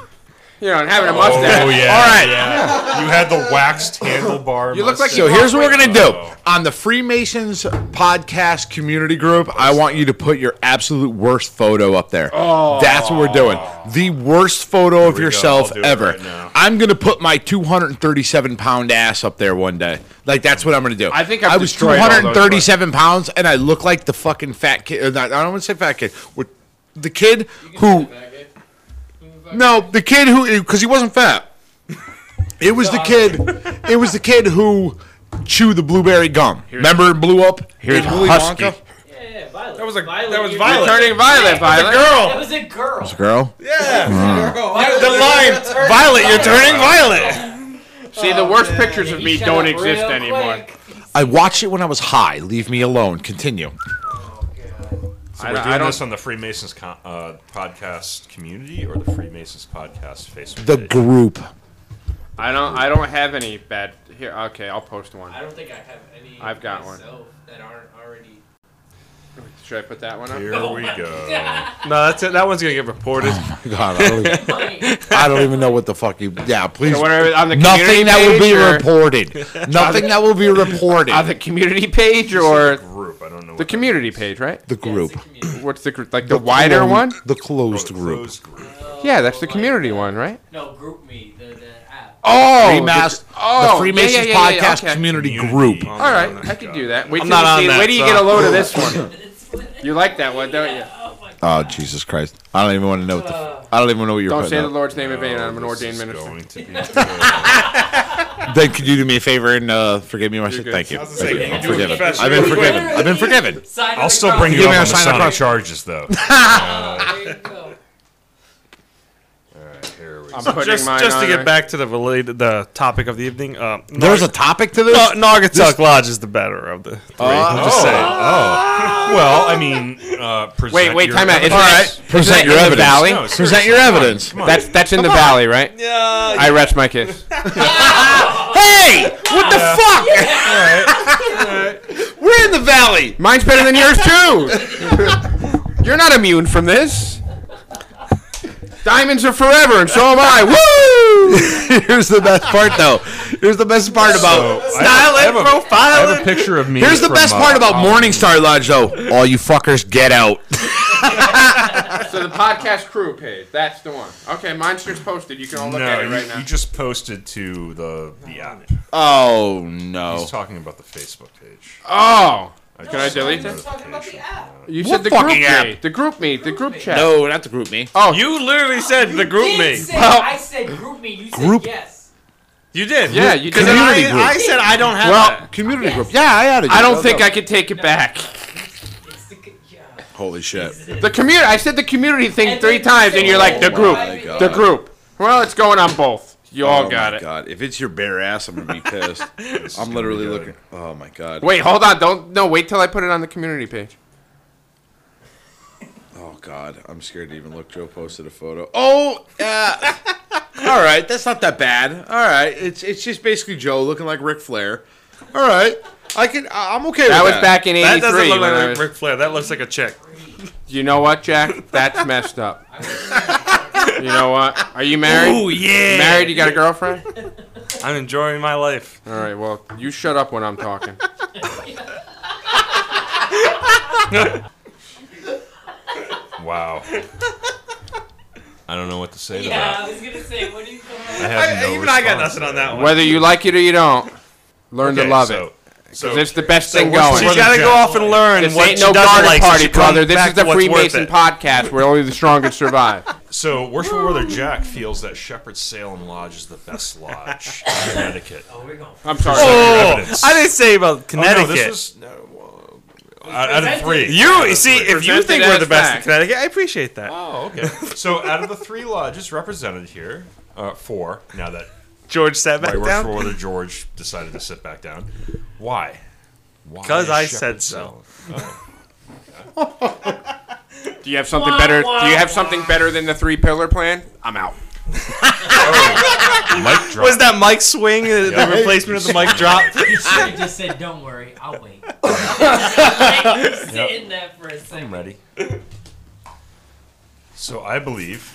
You know, and having a Oh mustache. yeah. All right. Yeah. You had the waxed handlebar. You look like mustache. So here's what we're gonna do Oh. on the Freemasons podcast community group. I want you to put your absolute worst photo up there. Oh. That's what we're doing. The worst photo of we go. I'll yourself do it ever. right now. I'm gonna put my 237 pound ass up there one day. Like that's what I'm gonna do. I think I've I was destroyed all those 237 pounds and I look like the fucking fat kid. or Not, I don't want to say fat kid. We're- The kid who. No, the kid who because he wasn't fat. It was the kid. It was the kid who chewed the blueberry gum. Remember, it blew up. here's in Willy Husky. Wonka? yeah, yeah, Violet. That was a Violet. that was you're- Violet. Turning violet, violet. That was a girl. Girl, Yeah, Violet, the you're line, gonna turn- Violet. You're turning violet. See, the worst man. pictures of He me shut don't up exist real anymore. quick. I watched it when I was high. Leave me alone. Continue. I, We're don't- doing I don't. this on the Freemasons con- uh, podcast community or the Freemasons podcast Facebook. The page? group. Oh I don't. I don't have any bad. Here, okay, I'll post one. I don't think I have any. I've got one. myself That aren't already. Should I put that one up? Here Oh we go. No, that's it. That one's gonna get reported. God, I don't, even, I don't even know what the fuck you. Yeah, please. So whatever, on the community Nothing that will be page or- reported. Nothing that will be reported. on the community page or Group. group. I don't know. The what that community is. page, right? The group. What's the gr- like the, wider closed- one? Oh, The closed group. Closed group. Yeah, that's the community one, right? No, group me the, the app. Oh, Freemas- the, oh, yeah, the Freemasons yeah, yeah, yeah, Podcast okay. community, Community. Group. All right, I could do that. Wait I'm till not you on see- that, Wait till you so- get a load of this one. You like that one, don't you? Oh Jesus Christ! I don't even want to know what the. F- I don't even know what you're Don't say putting the up. Lord's name in vain. Oh, I'm an this ordained is minister. Going to be good. Then could you do me a favor and uh, forgive me my shit? good. Thank you. I was gonna say, can Thank you I'm do a forgiven. confession I've been real quick? forgiven. I've been forgiven. Sign I'll of the still cross. bring you Give up me on a the sign of Masonic the cross. charges, though. There you go. All right, here we go. I'm putting Just, mine just to on get there. back to the related the topic of the evening. Uh, There's a topic to this. no, Naugatuck Lodge is the better of the three. I'm Uh-huh. just saying. Oh. Well, I mean, uh, Wait, present wait, your time out. evidence. Isn't that- isn't that in the valley? No, seriously, Present your come on, evidence. come on. That's that's in the valley, right? Yeah. I rest my case. Hey, what the fuck? We're in the valley. Mine's better than yours too. You're not immune from this. Diamonds are forever, and so am I. Woo! Here's the best part, though. Here's the best part about. So, I have- I have a- I have a picture of me. Here's um, the from, best uh, part about Morningstar Lodge, though. All you fuckers, get out. So the podcast crew page. That's the one. Okay, mine's just posted. You can all look No, at it you, right now. you just posted to the the app. Oh He's no. talking about the Facebook page. oh. Can I delete that? Talking about the app. You What said the fucking group app? me. The group me. The group chat. No, not the group me. Oh, You literally said the group You me. did say- Well- I said group me. You said Group- yes. You did. Yeah, you Because did. I- Community group. I, said I don't have Well, that. Community group. Yeah, I added. I don't think I could take it back. It's the, yeah. Holy shit. The community. I said the community thing And three then you times, and said you're like the private. group, Oh my God. the group. Well, it's going on both. You all oh got my it. God, if it's your bare ass, I'm gonna be pissed. I'm literally looking. Oh my God. Wait, hold on. Don't no. Wait till I put it on the community page. Oh God, I'm scared to even look. Joe posted a photo. Oh, uh, all right, that's not that bad. All right, it's it's just basically Joe looking like Ric Flair. All right, I can. I- I'm okay That with was back in That '83. doesn't look when I like was- Ric Flair. That looks like a chick. You know what, Jack? That's messed up. you know what? Are you married? Oh yeah. Married? You got a girlfriend? I'm enjoying my life. All right. Well, you shut up when I'm talking. Wow. I don't know what to say to that. Yeah, I was gonna say, what do you I have no Even I got response. nothing on that one. Whether you like it or you don't, learn to Okay, love so, it. So, It's the best thing what's- going. she's She's got to go off and learn This what ain't she no doesn't garden like. so party, she comes brother. This back is the to what's worth Freemason it. podcast where only the strongest survive. so worshipful brother Jack feels that Shepherd's Salem Lodge is the best lodge in Connecticut. I'm sorry. Oh, Evidence. I didn't say about Oh, no, Connecticut. this was no, well, out of three. you see, if you Presented think we're as the best in fact. Connecticut, I appreciate that. Oh, okay. so out of the three lodges represented here, uh, four. Now that George sat my back worshipful down. brother George decided to sit back down, why? Why 'Cause I Shepherd's said so. Salem? Oh. Do you have something better? Do you have something better than the three pillar plan? I'm out. Mic drop. Was that Mike swing? uh, The replacement of the mic drop. I just said, don't worry, I'll wait. Like, you sit in that for a second. I'm ready. So I believe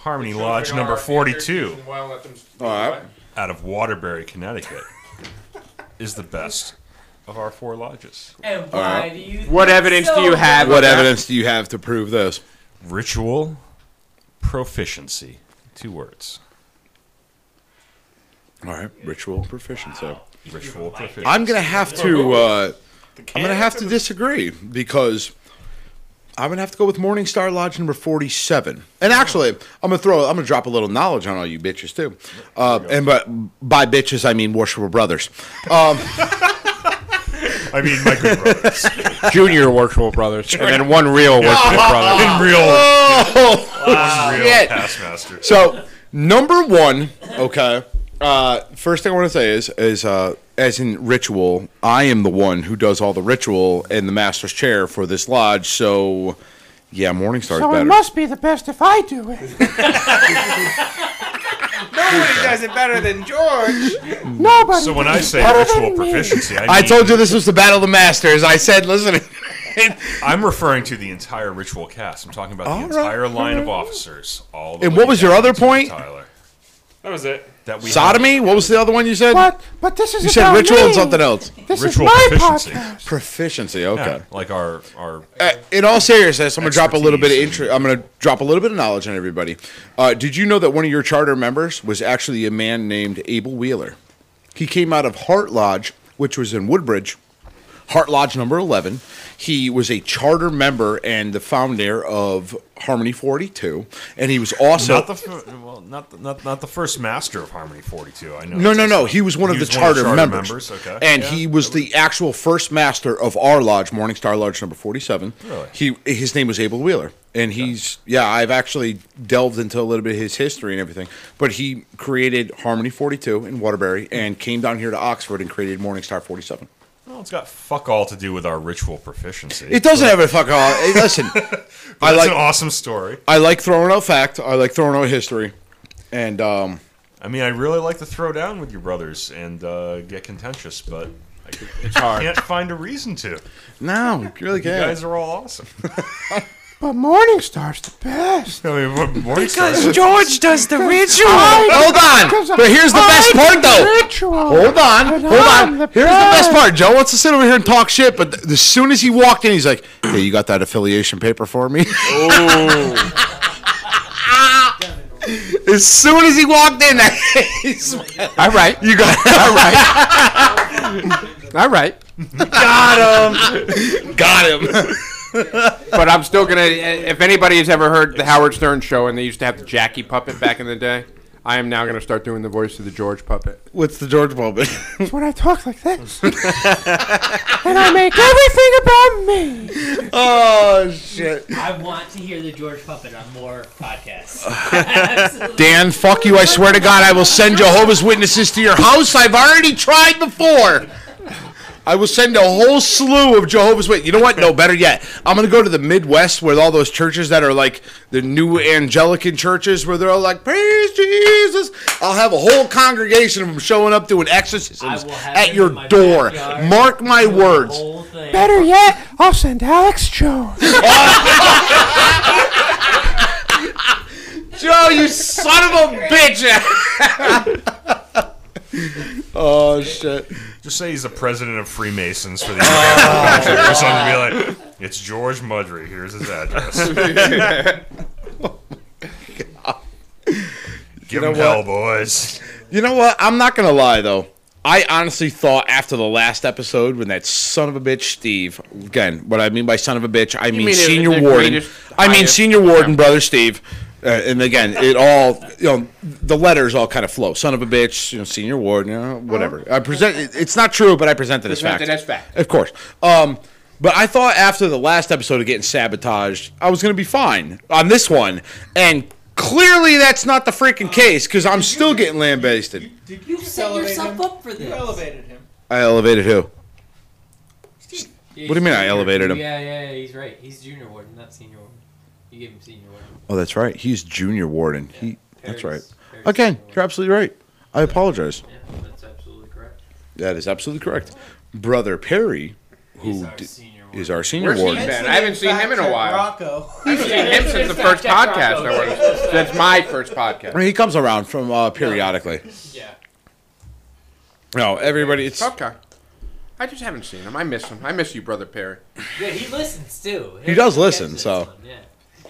Harmony Lodge number 42 All right. out of Waterbury, Connecticut is the best of our four lodges. And why do you? What think evidence so? do you have? What of that? evidence do you have to prove this? Ritual proficiency. Two words. All right, ritual proficiency. Ritual proficiency. I'm gonna have to. Uh, I'm gonna have to disagree because I'm gonna have to go with Morningstar Lodge number 47. And actually, I'm gonna throw. I'm gonna drop a little knowledge on all you bitches too. Uh, and but by bitches, I mean worshipful brothers. I mean, my good brothers. Junior Worshipful Brothers, and then one real Worshipful Brother. In real, real Oh. shit. taskmaster. So number one, okay. Uh, first thing I want to say is is uh, as in ritual, I am the one who does all the ritual and the master's chair for this lodge. So yeah, Morningstar is better. be the best if I do it. Nobody does it better than George. Nobody. So when I say Better ritual than me. proficiency, I, mean, I told you this was the battle of the masters. I said, listen. I'm referring to the entire ritual cast. I'm talking about the All right. entire line of officers. All the And way what was your down other to point? Tyler? That was it. that we Sodomy? What was the other one you said? But but this is You said about ritual me. and something else. This Ritual is my proficiency. podcast. Proficiency. have. Okay. Yeah, like our our Uh, in all seriousness, I'm gonna drop a little bit of Expertise intro. I'm gonna drop a little bit of knowledge on everybody. Uh, did you know that one of your charter members was actually a man named Abel Wheeler? He came out of Hart Lodge, which was in Woodbridge, Hart Lodge number eleven. He was a charter member and the founder of Harmony 42, and he was also not the fir- well, not the, not not the first master of Harmony Forty Two. I know. No, it's no, just- no. He was one of the was charter, members. Okay. And Yeah. he was the actual first master of our lodge, Morningstar Lodge number 47. Really? He his name was Abel Wheeler. And he's yeah, I've actually delved into a little bit of his history and everything. But he created Harmony 42 in Waterbury and came down here to Oxford and created Morningstar 47. Well, it's got fuck all to do with our ritual proficiency. It doesn't have a fuck all. hey, listen. I That's like an awesome story. I like throwing out fact. I like throwing out history. And um I mean, I really like to throw down with you brothers and uh, get contentious, but I It's hard. can't find a reason to. You no, you really can't. guys are all awesome. But Morningstar's the best. I mean, what more George does the ritual. Hold on. But here's the best part, though. Hold on, And hold on. I'm the Here's the best part. Joe wants to sit over here and talk shit, but th- as soon as he walked in, he's like, "Hey, you got that affiliation paper for me?" as soon as he walked in, he's, All right. you got All right. All right. got him. But I'm still gonna. If anybody has ever heard the Howard Stern show, and they used to have the Jackie puppet back in the day, I am now gonna start doing the voice of the George puppet. What's the George moment? It's when I talk like this, and I make everything about me. oh shit, I want to hear the George Puppet on more podcasts. Uh, Absolutely. Dan, fuck you! I swear to God, I will send Jehovah's Witnesses to your house. I've already tried before. I will send a whole slew of Jehovah's Witnesses. You know what? No, better yet. I'm going to go to the Midwest with all those churches that are like the new Anglican churches where they're all like, praise Jesus. I'll have a whole congregation of them showing up doing exorcisms I will have at them your in my door. backyard. Mark my The words. whole thing. Better yet, I'll send Alex Jones. Joe, you son of a bitch. oh, shit. Just say he's the president of Freemasons for the or something. Be like, it's George Mudry. Here's his address. Give him hell, boys. You know what? I'm not gonna lie though. I honestly thought after the last episode when that son of a bitch Steve again, what I mean by son of a bitch, I mean, mean it- senior the warden. greatest, I mean highest- senior warden, brother Steve. Uh, and again, it all you know the letters all kind of flow. Son of a bitch, you know, senior warden, you know, whatever. I present it- it's not true, but I present it as fact. Presented as fact. Of course. Um, but I thought after the last episode of getting sabotaged, I was going to be fine on this one. And clearly that's not the freaking case because I'm still getting lambasted. Did You set elevate yourself him? up for this. You elevated him. I elevated who? Yeah, What do you he's mean I junior. elevated him? Yeah, yeah, yeah, he's right. He's junior warden, not senior warden. You gave him senior warden. Oh, that's right. He's junior warden. He. That's right. Parents- parents Again, senior you're absolutely right. I apologize. warden. Yeah, that's absolutely correct. That is absolutely correct. Brother Perry, who He's our di- senior warden. is our senior Where's he warden. been? Hence the I haven't name seen him in a Fact Check while. Rocco. seen him since the first podcast. I was, since my first I podcast. mean, he comes around from uh, periodically. Yeah. No, everybody. It's Okay. I just haven't seen him. I miss him. I miss you, brother Perry. Yeah, he listens too. He does catches listen, this so. one, Yeah.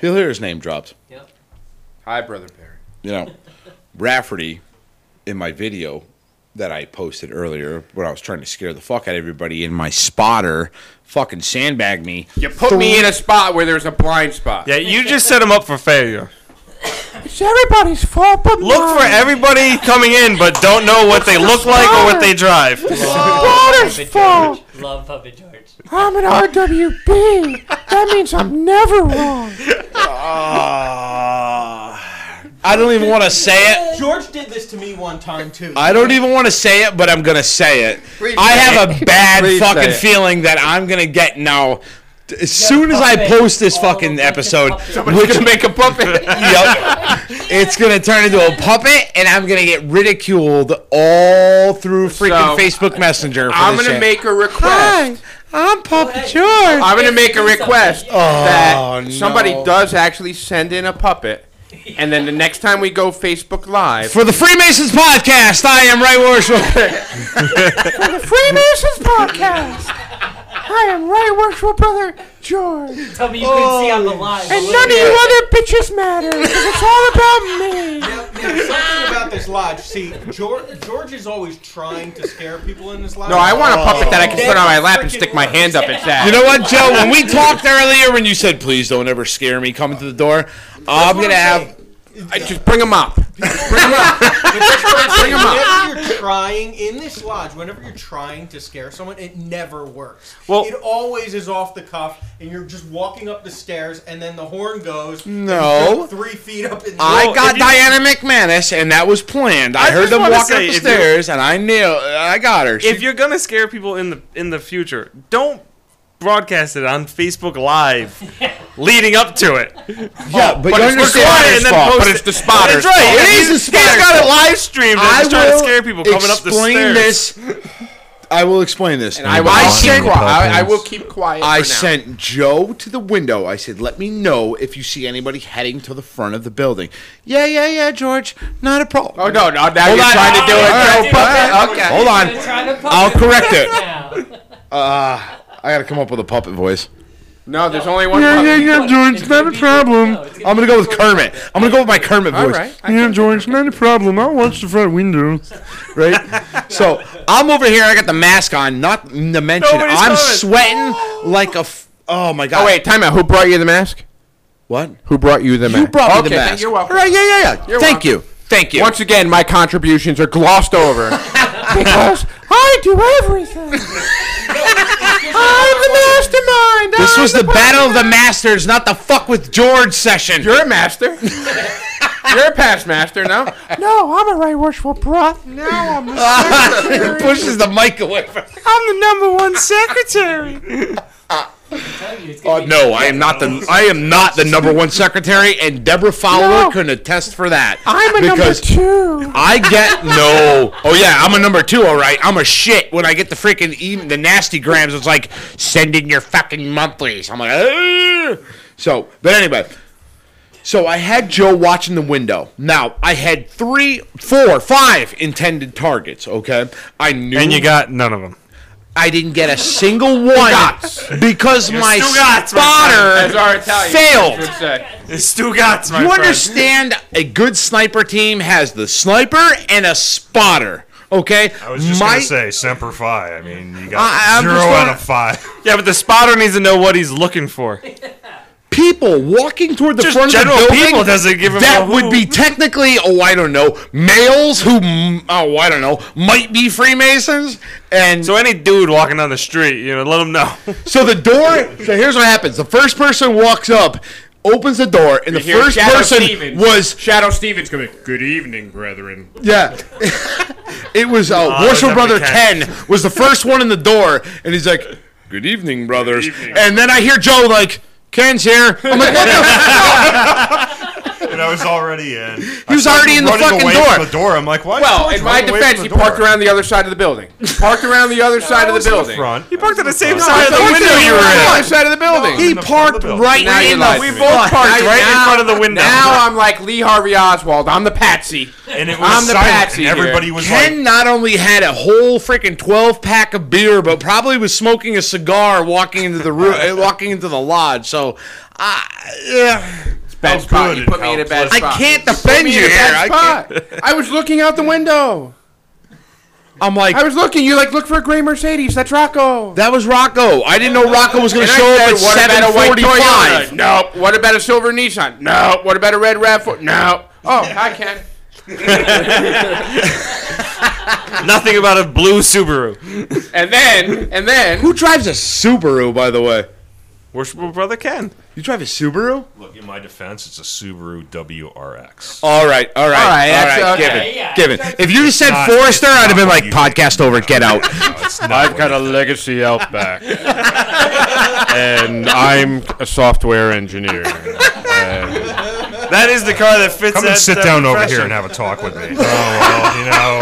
he'll hear his name dropped. Yep. Hi, brother Perry. you know, Rafferty in my video that I posted earlier when I was trying to scare the fuck out of everybody in my spotter fucking sandbagged me. You put me in a spot where there's a blind spot. Yeah, you just set him up for failure. It's everybody's fault but Look for everybody coming in, but don't know what they look like or what they drive. Puppet daughter's fault. George. Love Puppet George. I'm an RWB. That means I'm never wrong. I don't even want to say it. George did this to me one time too. I don't even want to say it, but I'm gonna say it. Please I say have a bad Please fucking say it. feeling that I'm gonna get now. As soon as I puppet. post this All fucking over the episode, Oh, puppet. we're gonna make a puppet. yep, it's gonna turn into a puppet, and I'm gonna get ridiculed all through freaking So, Facebook Messenger. For I'm this shit. gonna make a request. I'm Papa Hey. George. I'm gonna make a request that Oh, somebody no. does actually send in a puppet And then the next time we go Facebook Live, For the Freemasons podcast, I am Ray Worship. Freemasons podcast. I am right worshipful brother George, and Tell me you couldn't see on Oh. the live. none of you other bitches matter because it's all about me. Now, there's something about this lodge. See, George, George is always trying to scare people in this lodge. No, I want a puppet that I can Oh. put on my lap and stick my hand up its ass. You know what, Joe? When we talked earlier, when you said, "Please don't ever scare me," coming to the door, I'm what gonna I'm have. saying. I just bring them up. Bring whenever you're trying in this lodge, whenever you're trying to scare someone, it never works. Well- it always is off the cuff, and you're just walking up the stairs, and then the horn goes. and you No. go three feet up in the I Well, got if you- Diana McManus, and that was planned. I, I heard just them wanna walking say, up the if you- stairs, and I knew I got her. if you're gonna scare people in the in the future, don't broadcast it on Facebook Live leading up to it. yeah, but, you Record it and then post But it's the That's spotter's right. fault. It yeah, is he's- the He's spotter's got it fault. live streamed. and I he's trying to will scare people coming up the explain stairs. this. I will explain this. And I will, I I, sent- keep qui- I, I will keep quiet. I for now. sent Joe to the window. I said, "Let me know if you see anybody heading to the front of the building." Yeah, yeah, yeah, George. Not a problem. Oh no! no now you're on. trying to do All it. right. No, puppet. Okay. Hold on, I'll correct it. I got to come up with a puppet voice. No, there's only one. Yeah, puppet. yeah, yeah, George. It's Not gonna a be- problem. no, it's gonna I'm gonna be go with George Kermit. I'm gonna go with my Kermit voice. right. I Yeah, George. Not a problem. I'll watch the front window. Right. so I'm over here. I got the mask on. Not to mention, Nobody's I'm coming. sweating like a. F- oh my god. Oh wait, time out. Who brought you the mask? What? Who brought you the mask? You brought me Okay, the thank- mask. You're welcome. All right, yeah, yeah, yeah. You're Thank welcome. you. Thank you. Once again, my contributions are glossed over because I do everything. I'm the mastermind. This I'm was the battle of president. the masters, not the fuck with George session. You're a master. You're a past master, no? No, I'm a right worshipful broth. Now I'm the, pushes the mic away. I'm the number one secretary. Oh, no, I am not the I am not the number one secretary, and Deborah Fowler No. can attest for that. Oh. I'm a Because- number two. I get no. Oh yeah, I'm a number two. All right, I'm a shit when I get the freaking even the nasty grams. It's like send in your fucking monthlies. I'm like, "Ugh." So, but anyway, so I had Joe watching the window. Now I had three, four, five intended targets. Okay, I knew And you got none of them. I didn't get a single one gots. because my still gots, my spotter As our Italian failed. would say. It's two gots, my You friend. understand? A good sniper team has the sniper and a spotter. Okay, I was just my, gonna say semper fi. I mean, you got I- I'm zero just out gonna- of five. Yeah, but the spotter needs to know what he's looking for. people walking toward the Just front of the general building. people doesn't give 'em that a would who. be technically, oh, I don't know, males who, mm, oh, I don't know, might be Freemasons. And So any dude walking down the street, you know, let him know. So the door. So here's what happens: the first person walks up, opens the door, and the hear first Shadow person Stevens. was Shadow Stevens coming. Good evening, brethren. yeah. it was uh, Warshall that'd brother be Ken. Ken was the first one in the door, and he's like, "Good evening, brothers." And then I hear Joe like. Ken's here. I'm like, what the And I was already in. He was already in the running away fucking door. From the door. I'm like, why? is Well, George in my running away defense, from he the door? parked around the other side of the building. He parked around the other side of the building. front. He parked on the same I side of thought the you window said you were other in. side of the building. He the parked building. right Now you in lied the. We to me. both parked Now- right in now- front of the window. Now I'm like Lee Harvey Oswald. I'm the patsy. And it was I'm the silent, patsy and here. everybody was Ken like, not only had a whole freaking 12 pack of beer, but probably was smoking a cigar walking into the room, eh, walking into the lodge. So, I yeah. Bad How spot. good You and put me how in a bad pleasant. spot. I can't defend you in a here. bad I can't. spot. I was looking out the window. I'm like, I was looking. You like look for a gray Mercedes. That's Rocco. that was Rocco. I didn't know Rocco was going to And I show up said, at "What about a white 7:45. Toyota?" No. What about a silver Nissan? No. What about a red Rav4? No. Oh, hi Ken. Nothing about a blue Subaru. And then, and then, Who drives a Subaru, by the way? Worshipful brother Ken. You drive a Subaru? look, in my defense, it's a Subaru WRX. All right, all right, all right, right, that's okay. given, Yeah, given. If you just said not- Forrester, it's I'd have not been what like, you- podcast over, get out. I've got a. legacy Outback, and I'm a software engineer. That is the car that fits Come that, and sit that down over profession. here and have a talk with me. oh well, you know.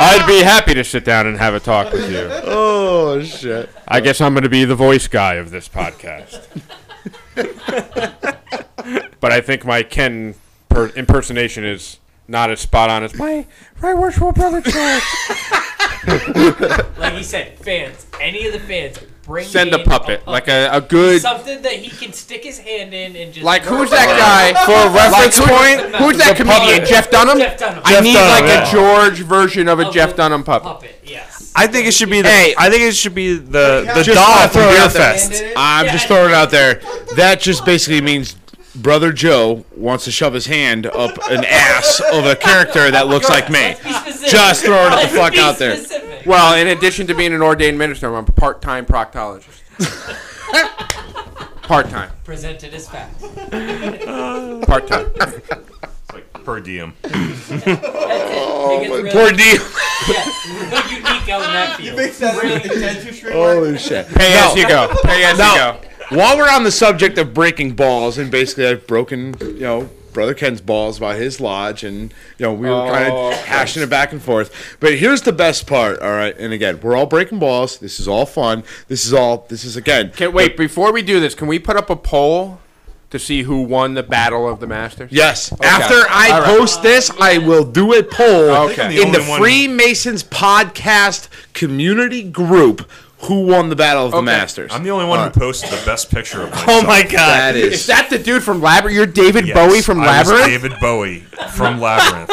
I'd be happy to sit down and have a talk with you. oh shit. I guess I'm going to be the voice guy of this podcast. but I think my Ken per- impersonation is not as spot on as my right worshipful brother Charles. Like he said, fans, any of the fans, bring Send a in puppet, like a, a good. something that he can stick his hand in and just Like who's that guy? For a reference point, who's that comedian? Jeff Dunham. Jeff Dunham. I Jeff need Dunham, like yeah. a George version of a Of Jeff a Dunham puppet. puppet? Yes. I think it should be the. I think it should be the the Just doll from not throw it Beer out there. Fest. I'm Yeah, just I- throwing it out there. That just basically means brother Joe wants to shove his hand up an ass of a character that looks like me. Be specific. Just throwing it Let's the fuck be out there. specific. Well, in addition to being an ordained minister, I'm a part-time proctologist. part-time, Presented as fact. part-time. Per diem. Oh, it gets Poor really, D. yeah, unique out in that field. Mix that with the dentistry Oh. work. shit. Pay as you go. Pay as Now, you go. while we're on the subject of breaking balls, and basically I've broken, you know, Brother Ken's balls about his lodge, and, you know, we were kind Oh, of hashing it back and forth. But here's the best part, all right? And again, we're all breaking balls. This is all fun. This is all, this is again. Can, wait, before we do this, can we put up a poll to see who won the battle of the Masters? Yes. After I All right. post this, I will do a poll Okay. I'm the in the only one- Freemasons podcast community group who won the Battle of the Masters. I'm the only one All right. who posted the best picture of myself. Oh my god! That is. Is that the dude from Labyrinth? You're David Yes, Bowie from I was Labyrinth? David Bowie from Labyrinth.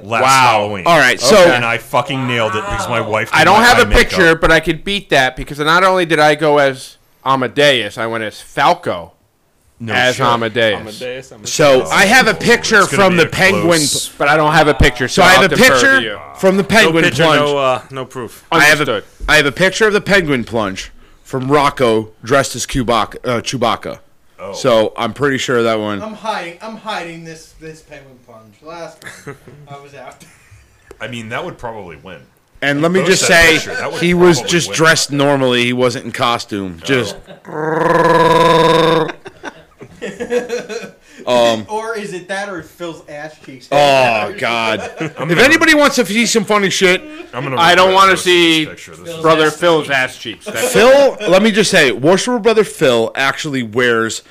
Last Halloween. All right. So And I fucking nailed it because my wife. I don't have a a picture, but I could beat that because not only did I go as Amadeus, I went as Falco as Amadeus. so I have a picture It's gonna from be the a penguin. close- But I don't have a picture, so, So I I'll have a defer to picture you. from the No penguin picture, plunge. no uh, no proof. I have a Understood. I have a picture of the penguin plunge from Rocco dressed as Chewbacca. Uh, Chewbacca. So I'm pretty sure that one. I'm hiding. I'm hiding this this penguin plunge. Last one, I was out. I mean, that would probably win. And let me Post just that say, picture. That would he was probably just win. dressed normally. He wasn't in costume. Just Or is it that, or it Phil's ass cheeks? oh god. if anybody wants to see some funny shit, I'm gonna. I don't regret wanna posting see- This picture. This is- Brother Phil's ass cheeks. That's Phil. Let me just say, worshipful brother Phil actually wears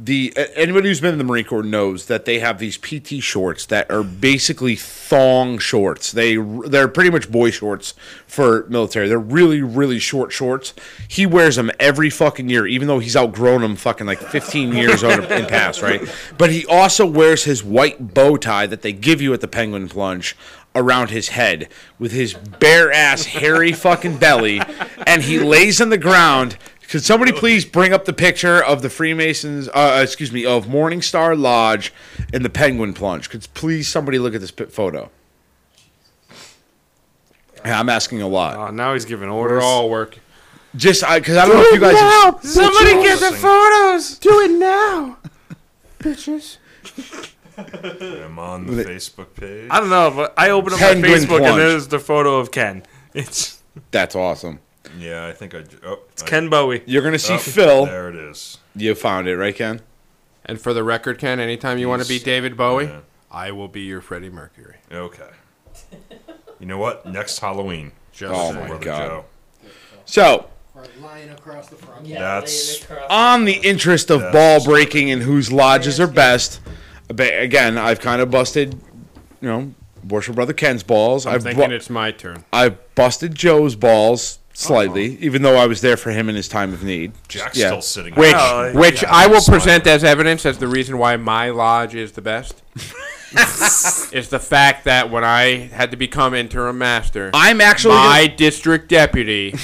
the. a- Anybody who's been in the Marine Corps knows that they have these PT shorts that are basically thong shorts. They they're pretty much boy shorts for military. They're really really short shorts. He wears them every fucking year, even though he's outgrown them fucking like 15 years on in past, right? But he also wears his white bow tie that they give you at the Penguin Plunge around his head with his bare ass hairy fucking belly and he lays on the ground could somebody please bring up the picture of the freemasons uh, excuse me of morningstar lodge and the penguin plunge could please somebody look at this pi- photo yeah, i'm asking a lot Oh, now he's giving We're orders. all working. just because i don't know if you guys have- Somebody get the photos. Do it now, bitches. I'm on the Facebook page. I don't know, but I opened up my Penguin Facebook plunge. and there's the photo of Ken. It's that's awesome Yeah, I think I. j- Oh, it's Ken Bowie. you're gonna Oh. see phil There it is. you found it right ken And for the record, Ken, anytime you want to be David Bowie, yeah. I will be your Freddie Mercury. Oh Okay. You know what? Next Halloween. Just Oh saying. my Brother God. Joe. so Or lying across the front. Yeah, That's- lay it across. Um, on the interest of ball breaking and whose lodges are best, ba- again, I've kind of busted, you know, worship brother Ken's balls. I'm I've bu- thinking it's my turn. I've busted Joe's balls slightly, even though I was there for him in his time of need. Jack's Yeah. still sitting. Which, Oh, which yeah, I will smart. present as evidence as the reason why my lodge is the best. is the fact that when I had to become interim master, I'm actually my gonna- district deputy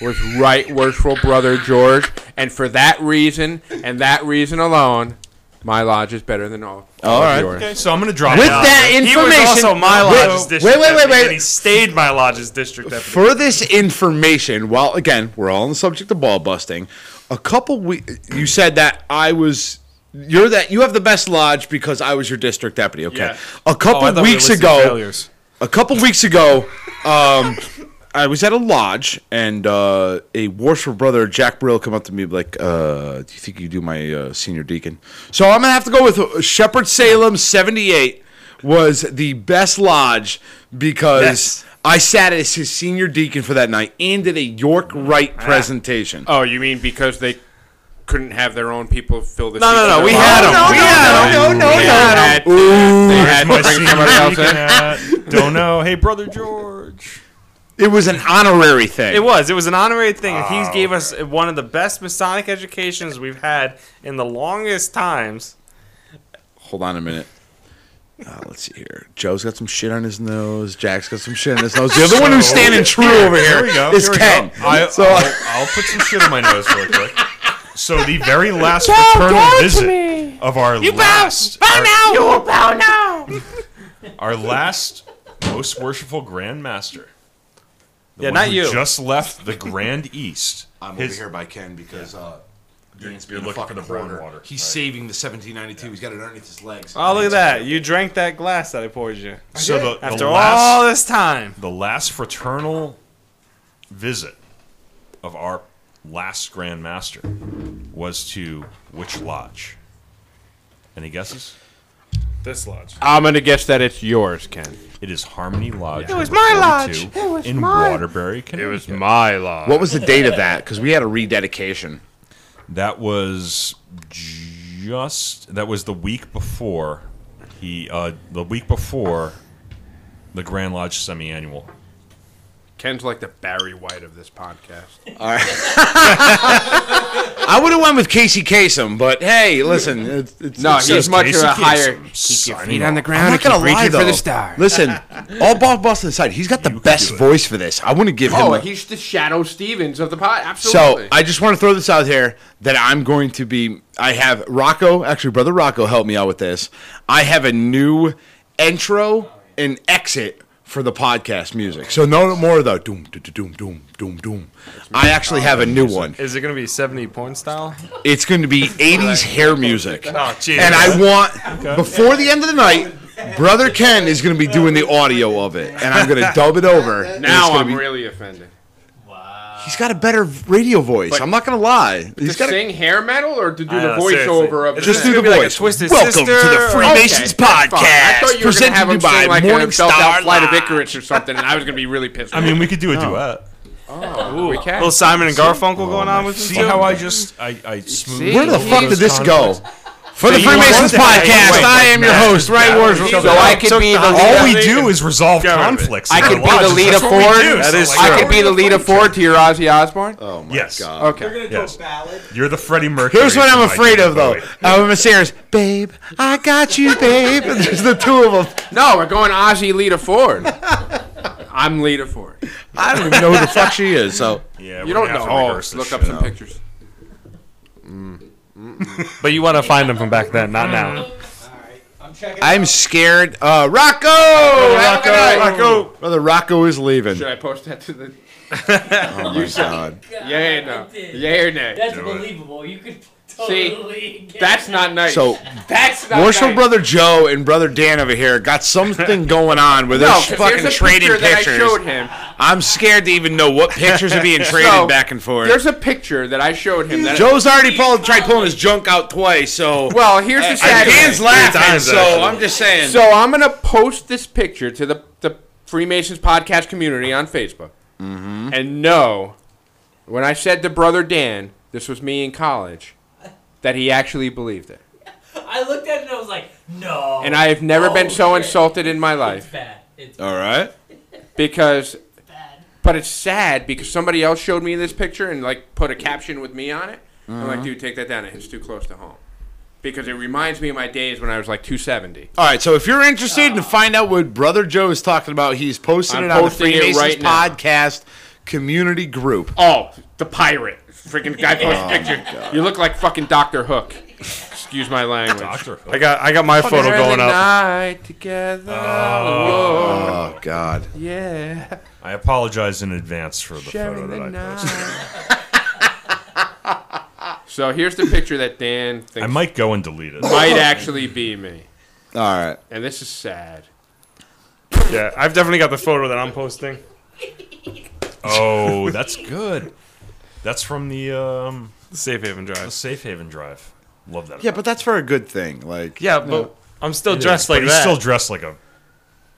was right worshipful brother George, and for that reason and that reason alone, my lodge is better than all. Oh. all right. Okay, so I'm gonna drop With it out. that He was information, also my lodge's wait, district. wait, wait, deputy, wait. And he stayed my lodge's district deputy. for this information, while again we're all on the subject of ball busting, a couple we you said that I was you're that you have the best lodge because I was your district deputy. Okay, Yeah. a Oh, I couple thought we weeks listed ago, failures. a couple weeks ago, um, I was at a lodge and uh, a worshipful brother, Jack Brill, come up to me and be like, uh, "Do you think you do my uh, senior deacon?" So I'm gonna have to go with uh, Shepherd Salem '78 was the best lodge because Yes. I sat as his Ah. Oh. senior deacon for that night and did a York Wright presentation. Oh, you mean because they couldn't have their own people fill the No, seats no, no, with we their had own- 'em. We had 'em. They had- They had to My bring senior somebody else weekend in. at- Don't know. Hey, brother George. It was an honorary thing. It was. It was an honorary thing. Oh, he gave us one of the best Masonic educations we've had in the longest times. Hold on a minute. Uh, let's see here. Joe's got some shit on his nose. Jack's got some shit on his nose. The other one who's standing true over here. Here we go. It's here we Ken. Go. I, So- I'll, I'll put some shit on my nose really quick. So the very last fraternal visit of our last, our, You bow now. our last most worshipful Grand Master. The Yeah, one not who you. Just left the Grand East. I'm His- over here by Ken because uh, Ian's you're being a looking for fucking the brown hoarder. water. He's saving the 1792. He's got it underneath his legs. Oh, look at that. You drank that glass that I poured you. So the, the After last, all this time. the last fraternal visit of our last Grand Master was to which lodge? Any guesses? This lodge. I'm gonna guess that it's yours, Ken. It is Harmony Lodge. It was my lodge. It was in Waterbury, Connecticut. my law. What was the date of that? Because we had a rededication. That was just that was the week before he uh, the week before the Grand Lodge semi-annual. Ken's like the Barry White of this podcast. I would have went with Casey Kasem, but hey, listen, it's, it's No, it's he's just- much of Casey a Kasem higher. Keep your signing feet on the off. ground. and keep reaching for the stars. Listen, all Bob Boston aside, he's got the best voice for this. I want to give him. Oh, a- he's the Shadow Stevens of the pod. Absolutely. So So I just want to throw this out here that I'm going to be. I have Rocco, actually, brother Rocco, helped me out with this. I have a new intro and exit for the podcast music. So no more though. Doom, doom, doom, doom, doom, doom. I actually have a new one. Is it going to be 70 porn style? It's going to be 80s hair music. Jesus. And I want, before the end of the night, Brother Ken is going to be doing the audio of it. And I'm going to dub it over. and it's now gonna I'm be- really offended. He's got a better radio voice. I'm not going to lie. To He's got a, sing hair metal or to do I the know, seriously. voiceover of It's the just thing? do the like a Twisted Welcome to Sister the or- Freemasons Okay, that's fine. I podcast, thought you were gonna presented to have you him sing by like a Morningstar. belt out flight of Live. Icarus or something, and I was gonna be really pissed. I mean, we could do a duet. Oh, Ooh, we can. Little Simon and Garfunkel going on with See you? how I just I, I smoothed Where the all fuck those did this go? conflicts? For the you want Freemasons to- podcast, Wait, I am your host, Ray Warshall. So I could be the All leader. we do is resolve rid of it. conflicts. I in could our be the lodges. lead That's of what we four. do. That So, is like, I could be the lead of four to your Ozzy Osbourne. yes. They're Okay. gonna Yes. go ballad. Oh, You're the Freddie Mercury. Here's what to I'm my afraid David of, though. Bowie. I'm a serious, babe. I got you, babe. There's the two of them. No, we're going Ozzy lead of four. I'm lead of four. I don't even know who the fuck she is. So Yeah, You we're don't gonna know. have to Oh, rehearse this look shit. up some pictures. But you want to find them from back then, not now. Alright, I'm checking. I'm out. scared. Uh, Rocco! Rocco! Rocco. Brother Rocco is leaving. Should I post that to the? oh my god. Yeah, no. Yeah or nay? That's believable. You could See, totally. get That's not nice. So that's not Warshall nice. brother Joe and brother Dan over here got something going on where they're No, 'cause fucking here's a trading picture that I pictures. showed him. I'm scared to even know what pictures are being traded So, back and forth. There's a picture that I showed him. That Joe's already pulled, tried pulling his junk out twice, so well, here's the and sad Dan's thing. laughing. Three times, so actually. I'm just saying. So I'm gonna post this picture to the the Freemasons podcast community on Facebook. Mm-hmm. And no, when I said to brother Dan, this was me in college, that he actually believed it. I looked at it and I was like, no. And I have never been Oh, so shit. insulted in my It's life bad. It's All right. because. bad. But it's sad because somebody else showed me this picture and like put a caption with me on it. I'm like, dude, take that down. It hits too close to home. Because it reminds me of my days when I was like 270. All right, so if you're interested to find out what brother Joe is talking about, he's posting I'm it on the posting it Freemasons right now. podcast community group. Oh, the pirate. Freaking guy posted a picture. You look like fucking Dr. Hook. Excuse my language. Doctor. I got I got my photo going up. Night together. Whoa. Oh god. Yeah. I apologize in advance for the Sharing the photo that I posted. night. so here's the picture that Dan thinks I might go and delete it. might actually be me. All right. And this is sad. Yeah, I've definitely got the photo that I'm posting. Oh, that's good. That's from the um, Safe Haven the Drive. Safe Haven Drive. Love that. Yeah, but that's for a good thing. Like Yeah, but I'm still dressed But like he's that. still dressed like a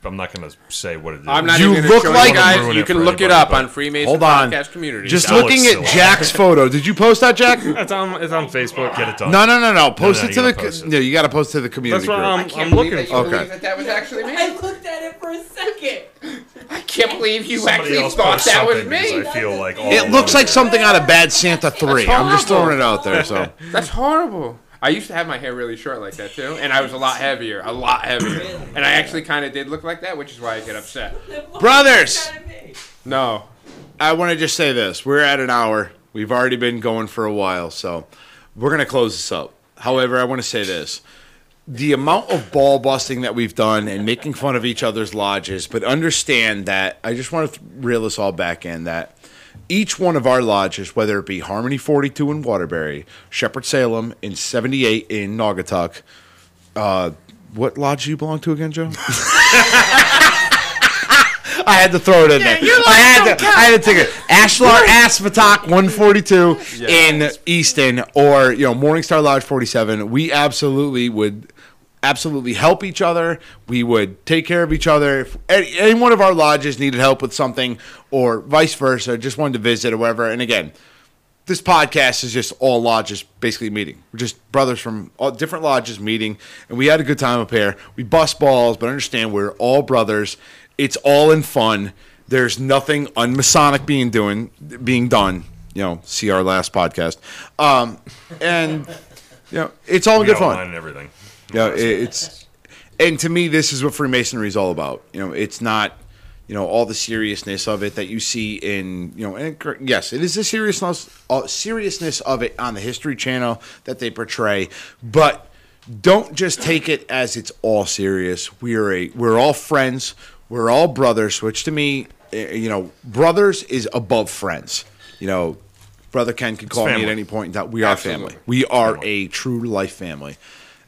I'm not going to say what it is. I'm not You even gonna look show like- guys. Ruin You it can for look it anybody, up but- on Freemason Hold on. Podcast Community. Just That was looking at silly. Jack's photo. Did you post that, Jack? It's on, it's on Facebook. Get it done. No, no, no, no. Post no, it you to the gotta post co- it. no. You got to post to the community That's what group. I'm, I'm believe looking that for. you Okay. believe that that was actually me. I looked at it for a second. I can't believe you Somebody actually else thought posts that was something because me. I feel like all It looks alone. like something out of Bad Santa Three. I'm just throwing it out there. So That's horrible. I used to have my hair really short like that too, and I was a lot heavier, a lot heavier, and I actually kind of did look like that, which is why I get upset. Brothers! No, I want to just say this: we're at an hour. We've already been going for a while, so we're gonna close this up. However, I want to say this: the amount of ball busting that we've done and making fun of each other's lodges, but understand that I just want to reel this all back in that each one of our lodges, whether it be Harmony 42 in Waterbury, Shepherd Salem in 78 in Naugatuck, uh, what lodge do you belong to again, Joe? I had to throw it in there. I had to. I had to take it. Ashlar Aspatak 142 in Easton, or you know Morningstar Lodge 47. We absolutely would, absolutely help each other. We would take care of each other. If any, any one of our lodges needed help with something, or vice versa, just wanted to visit or whatever. And again, this podcast is just all lodges basically meeting. We're just brothers from all different lodges meeting, and we had a good time up here. We bust balls, but understand we're all brothers. It's all in fun. There's nothing unmasonic being doing being done. You know, see our last podcast, um, and you know it's all in We good fun. outline and everything. Yeah, it, it's and to me, this is what Freemasonry is all about. You know, it's not you know all the seriousness of it that you see in you know. And cor- yes, it is the seriousness uh, seriousness of it on the History Channel that they portray, but don't just take it as it's all serious. We are a we're all friends. We're all brothers, which to me, eh, you know, brothers is above friends. You know, brother Ken could call me at family. any point in time. We are Absolutely. family. We are a true life family.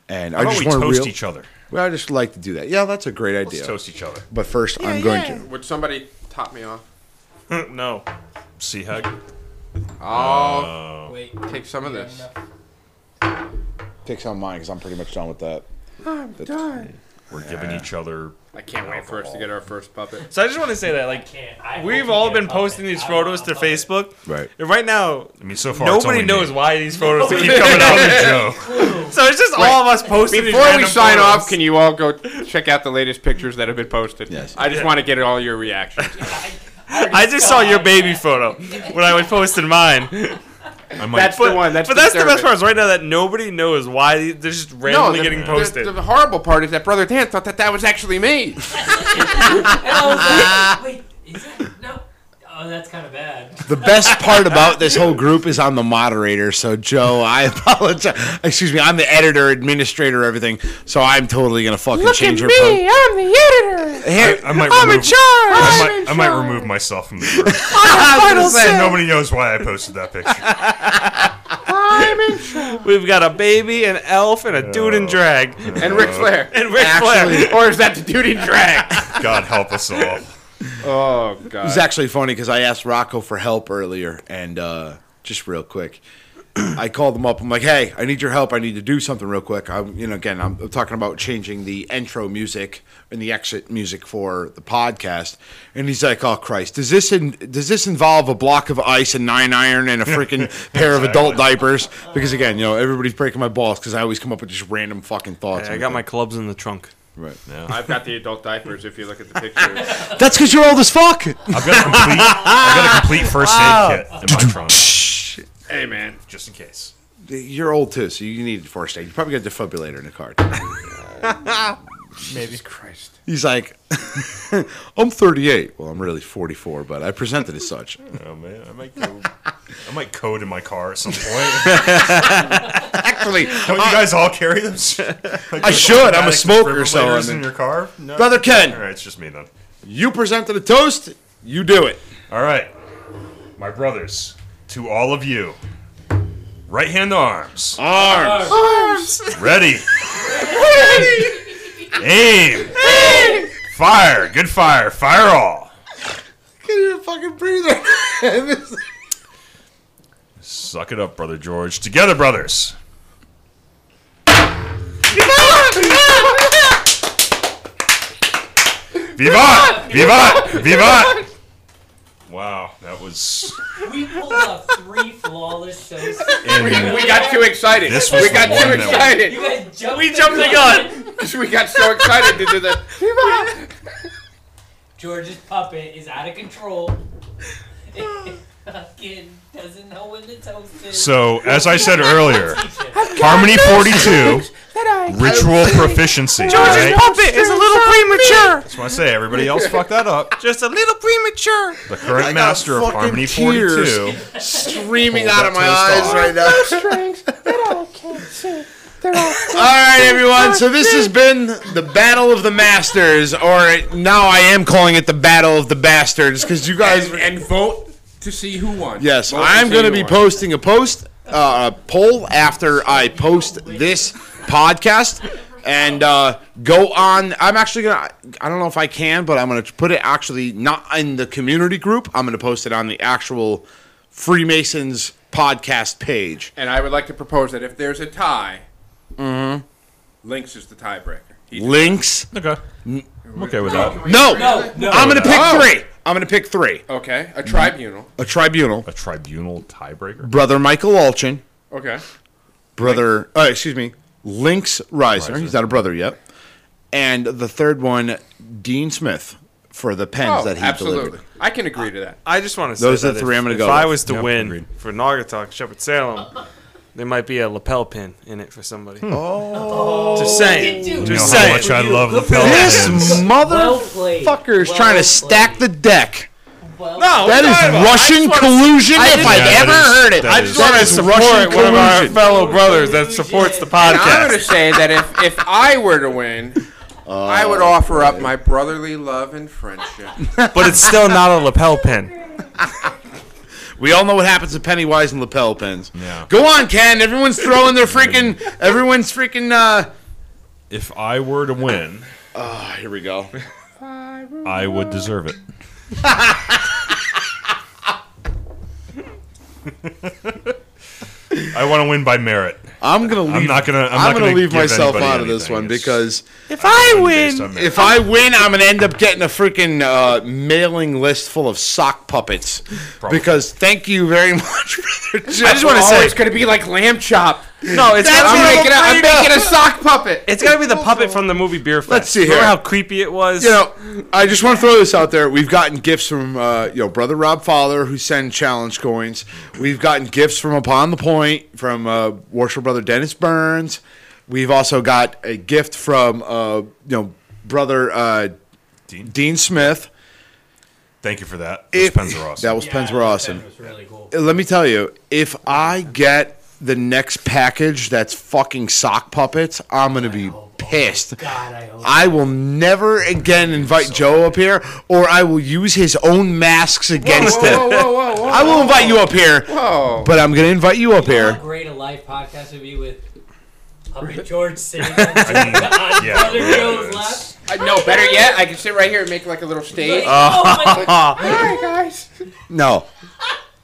And How I about just we want to toast real, each other? Well, I just like to do that. Yeah, that's a great idea. Let's toast each other. But first, I'm going to. would somebody top me off? no. See hug. Oh. I'll Wait. take some of this. Take some of mine because I'm pretty much done with that. We're giving each other. I can't wait for us to get our first puppet. So I just want to say that, like, Can't. I hope we've you all get a been puppet. posting these I photos want to a puppet. Facebook. Right. And right now, I mean, so far Oh, it's nobody only knows me. why these photos keep coming coming out. out with Joe. So it's just all of us posting. these Before we random sign photos. off, can you all go check out the latest pictures that have been posted? Yes. I just want to get all your reactions. I just saw your baby photo when I was posting mine. I might. That's the one. That's but that's the best disturbing. part is right now that nobody knows why these- they're just randomly the- getting the- posted. The, horrible part is that brother Dan thought that that was actually me. And I was like, Oh, wait, is that no? Oh, that's kind of bad. The best part about this whole group is I'm the moderator. So, Joe, I apologize. Excuse me, I'm the editor, administrator, everything. So, I'm totally going to fucking change your pro- I'm the editor. Here, I might remove- I might, I might remove myself from the group. I was gonna say, Nobody knows why I posted that picture. We've got a baby, an elf, and a dude in drag, And Ric Flair. and Ric Actually- Flair. or is that the dude in drag? God help us all. oh It god. was actually funny because I asked Rocco for help earlier, and uh, just real quick, I called him up. I'm like, "Hey, I need your help. I need to do something real quick." I'm, you know, again, I'm talking about changing the intro music and the exit music for the podcast, and he's like, "Oh Christ, does this in, does this involve a block of ice and nine iron and a freaking pair of adult diapers?" Because again, you know, everybody's breaking my balls because I always come up with just random fucking thoughts. I got my clubs in the trunk. right. I've got the adult diapers if you look at the pictures. That's because you're old as fuck. I've got a complete. I've got a complete first aid kit in my trunk, hey man. just in case. You're old too, so you need first aid. You probably got a defibrillator in the car. Maybe Christ. He's like, I'm 38. Well, I'm really 44, but I presented as such. Oh man, I might go. I might code in my car at some point. Actually, Don't you guys all carry them? I should. I'm a smoker, so I mean- in your car, no. Brother Ken. All right, it's just me then. you presented a toast. You do it. All right, my brothers, to all of you. Right hand arms. Arms. Ready. Aim. Fire. Good fire. Fire all. Get your fucking breather. Suck it up, brother George. Together, brothers. Vivat! Vivat! Vivat! Wow, that was. We pulled off three flawless shows. in- We got too excited. This was we the got one too that- excited. You guys jumped We jumped the gun. we got so excited to do that. George's puppet is out of control. Fucking doesn't know when the toast is. So, as I said earlier, Teacher. Harmony 42, ritual proficiency. right? puppet is a little premature. That's what I say. Everybody else fucked that up. Just a little premature. The current master of fucking Harmony tears. 42. Streaming Pull out that of my toast eyes off. right now. strings that I can't see. They're all All right, everyone. So this has been the Battle of the Masters, or now I am calling it the Battle of the Bastards because you guys. and vote to see who won. Yes, Vote I'm see going to who be won. posting a post, uh, a poll after I post this podcast, and uh, go on. I'm actually going to. I don't know if I can, but I'm going to put it actually not in the community group. I'm going to post it on the actual Freemasons podcast page. And I would like to propose that if there's a tie, Mm-hmm. Lynx is the tiebreaker. He- Links. Okay. I'm okay with that. No, No, no. I'm going to pick Oh. three. I'm going to pick three. Okay, a tribunal. A tribunal. A tribunal tiebreaker. brother Michael Alchin, Okay. brother, uh, excuse me, Lynx Risner. He's not a brother yet. And the third one, Dean Smith for the pens Oh, that he absolutely. delivered. I can agree to that. I just want to say Those are that the three if, I'm gonna if go I with. was to Yep, win agreed. for Naugatuck, Shepherd Salem, there might be a lapel pin in it for somebody. Hmm. Oh, just saying. Dude, Just You know how saying. much I love the This Pelicans. Well motherfucker played. is Well trying to played. stack the deck. Well, No, That is Russian collusion if I've Yeah, that ever is- heard it. that is- That I is support Russian one of our collusion. fellow brothers that supports the And I'm going podcast. to say that if, if I were to win, I Oh, would offer up my brotherly love and friendship. But it's still not a lapel pin. We all know what happens to Pennywise and lapel pins. Yeah. Go on, Ken. Everyone's throwing their freaking. Everyone's freaking. Uh, If I were to win, oh, here we go. I would deserve it. I want to win by merit. I'm gonna leave. I'm not gonna. I'm, I'm, not gonna, leave give myself anybody out of this anything. one It's because If I based on win, merit. If I win, I'm gonna end up getting a freaking uh, mailing list full of sock puppets. Because thank you very much, brother. Joe. I just want to say Oh, it's going to be like lamb chop. no, it's That's I'm what making Get it- out- I'm I'm making making a sock puppet. It's gotta be the puppet from the movie Beer Fest. Let's see Remember here. how creepy it was? You know, I just want to throw this out there. We've gotten gifts from uh, you know brother Rob Fowler who sent challenge coins. We've gotten gifts from Upon the Point from uh, worship brother Dennis Burns. We've also got a gift from uh, you know brother uh, Dean. Dean. Smith. Thank you for that. Those If- pens are awesome. That was pens were awesome. That was really cool. let me tell you, if I get the next package that's fucking sock puppets, I'm gonna be pissed. God, I hope. I will never again invite Joe up here, or I will use his own masks against him. Whoa, whoa, whoa, whoa. I will invite you up here, Whoa. but I'm gonna invite you up How here. great a live podcast would be with Puppet George sitting on I mean, yeah. Brother Joe's lap. I- no, better yet, I can sit right here and make like a little stage. oh my Hi, guys. No,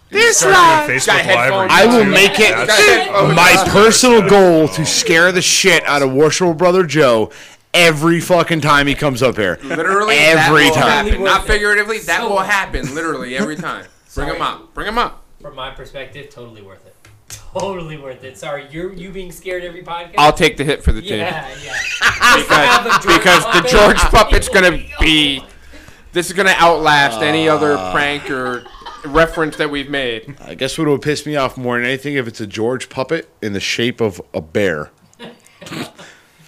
This live. Facebook Live. or headphones I will YouTube. make it That's- oh, my personal goal to scare the shit out of Worshipful Brother Joe every fucking time he comes up here. Literally, Every that will time. happen. Worth Not it. figuratively, that So will worth it. happen. Literally, every time. Bring them up. Bring them up. From my perspective, totally worth it. Totally worth it. Sorry, you're you being scared every podcast. I'll take the hit for the team. yeah, yeah. because, because the George puppet's gonna be. This is gonna outlast any other prank or reference that we've made. I guess what would piss me off more than anything if it's a George puppet in the shape of a bear.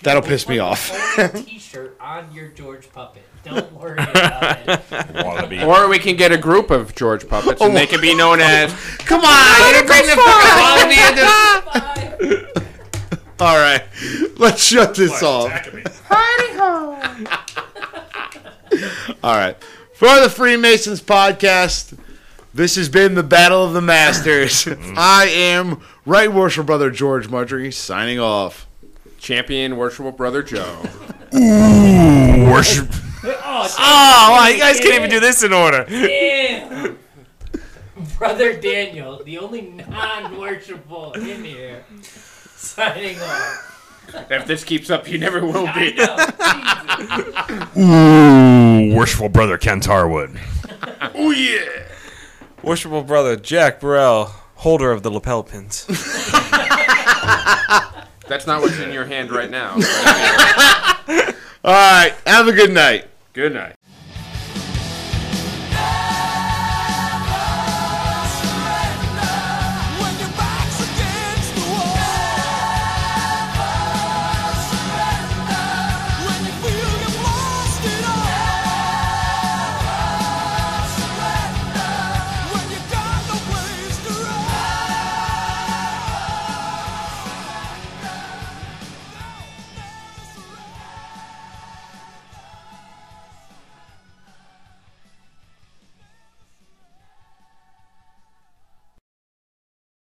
That'll piss me off. Put a T-shirt on your George puppet. Don't worry about it. Wallaby. Or we can get a group of George puppets, and they can be known as. Come on, you didn't bring the fucking quality into- Bye. All right, let's shut this off. Attack me. All right, for the Freemasons podcast, this has been the Battle of the Masters. Mm. I am Right Worship Brother George Mudry signing off. Champion, worshipful brother Joe. Worship. Oh, wow, you guys can't even do this in order. Damn. Brother Daniel, the only non-worshipful in here, signing off. If this keeps up, you never will be. Ooh, worshipful brother Ken Tarwood. oh yeah. Worshipful brother Jack Burrell, holder of the lapel pins. That's not what's in your hand right now. All right. Have a good night. Good night.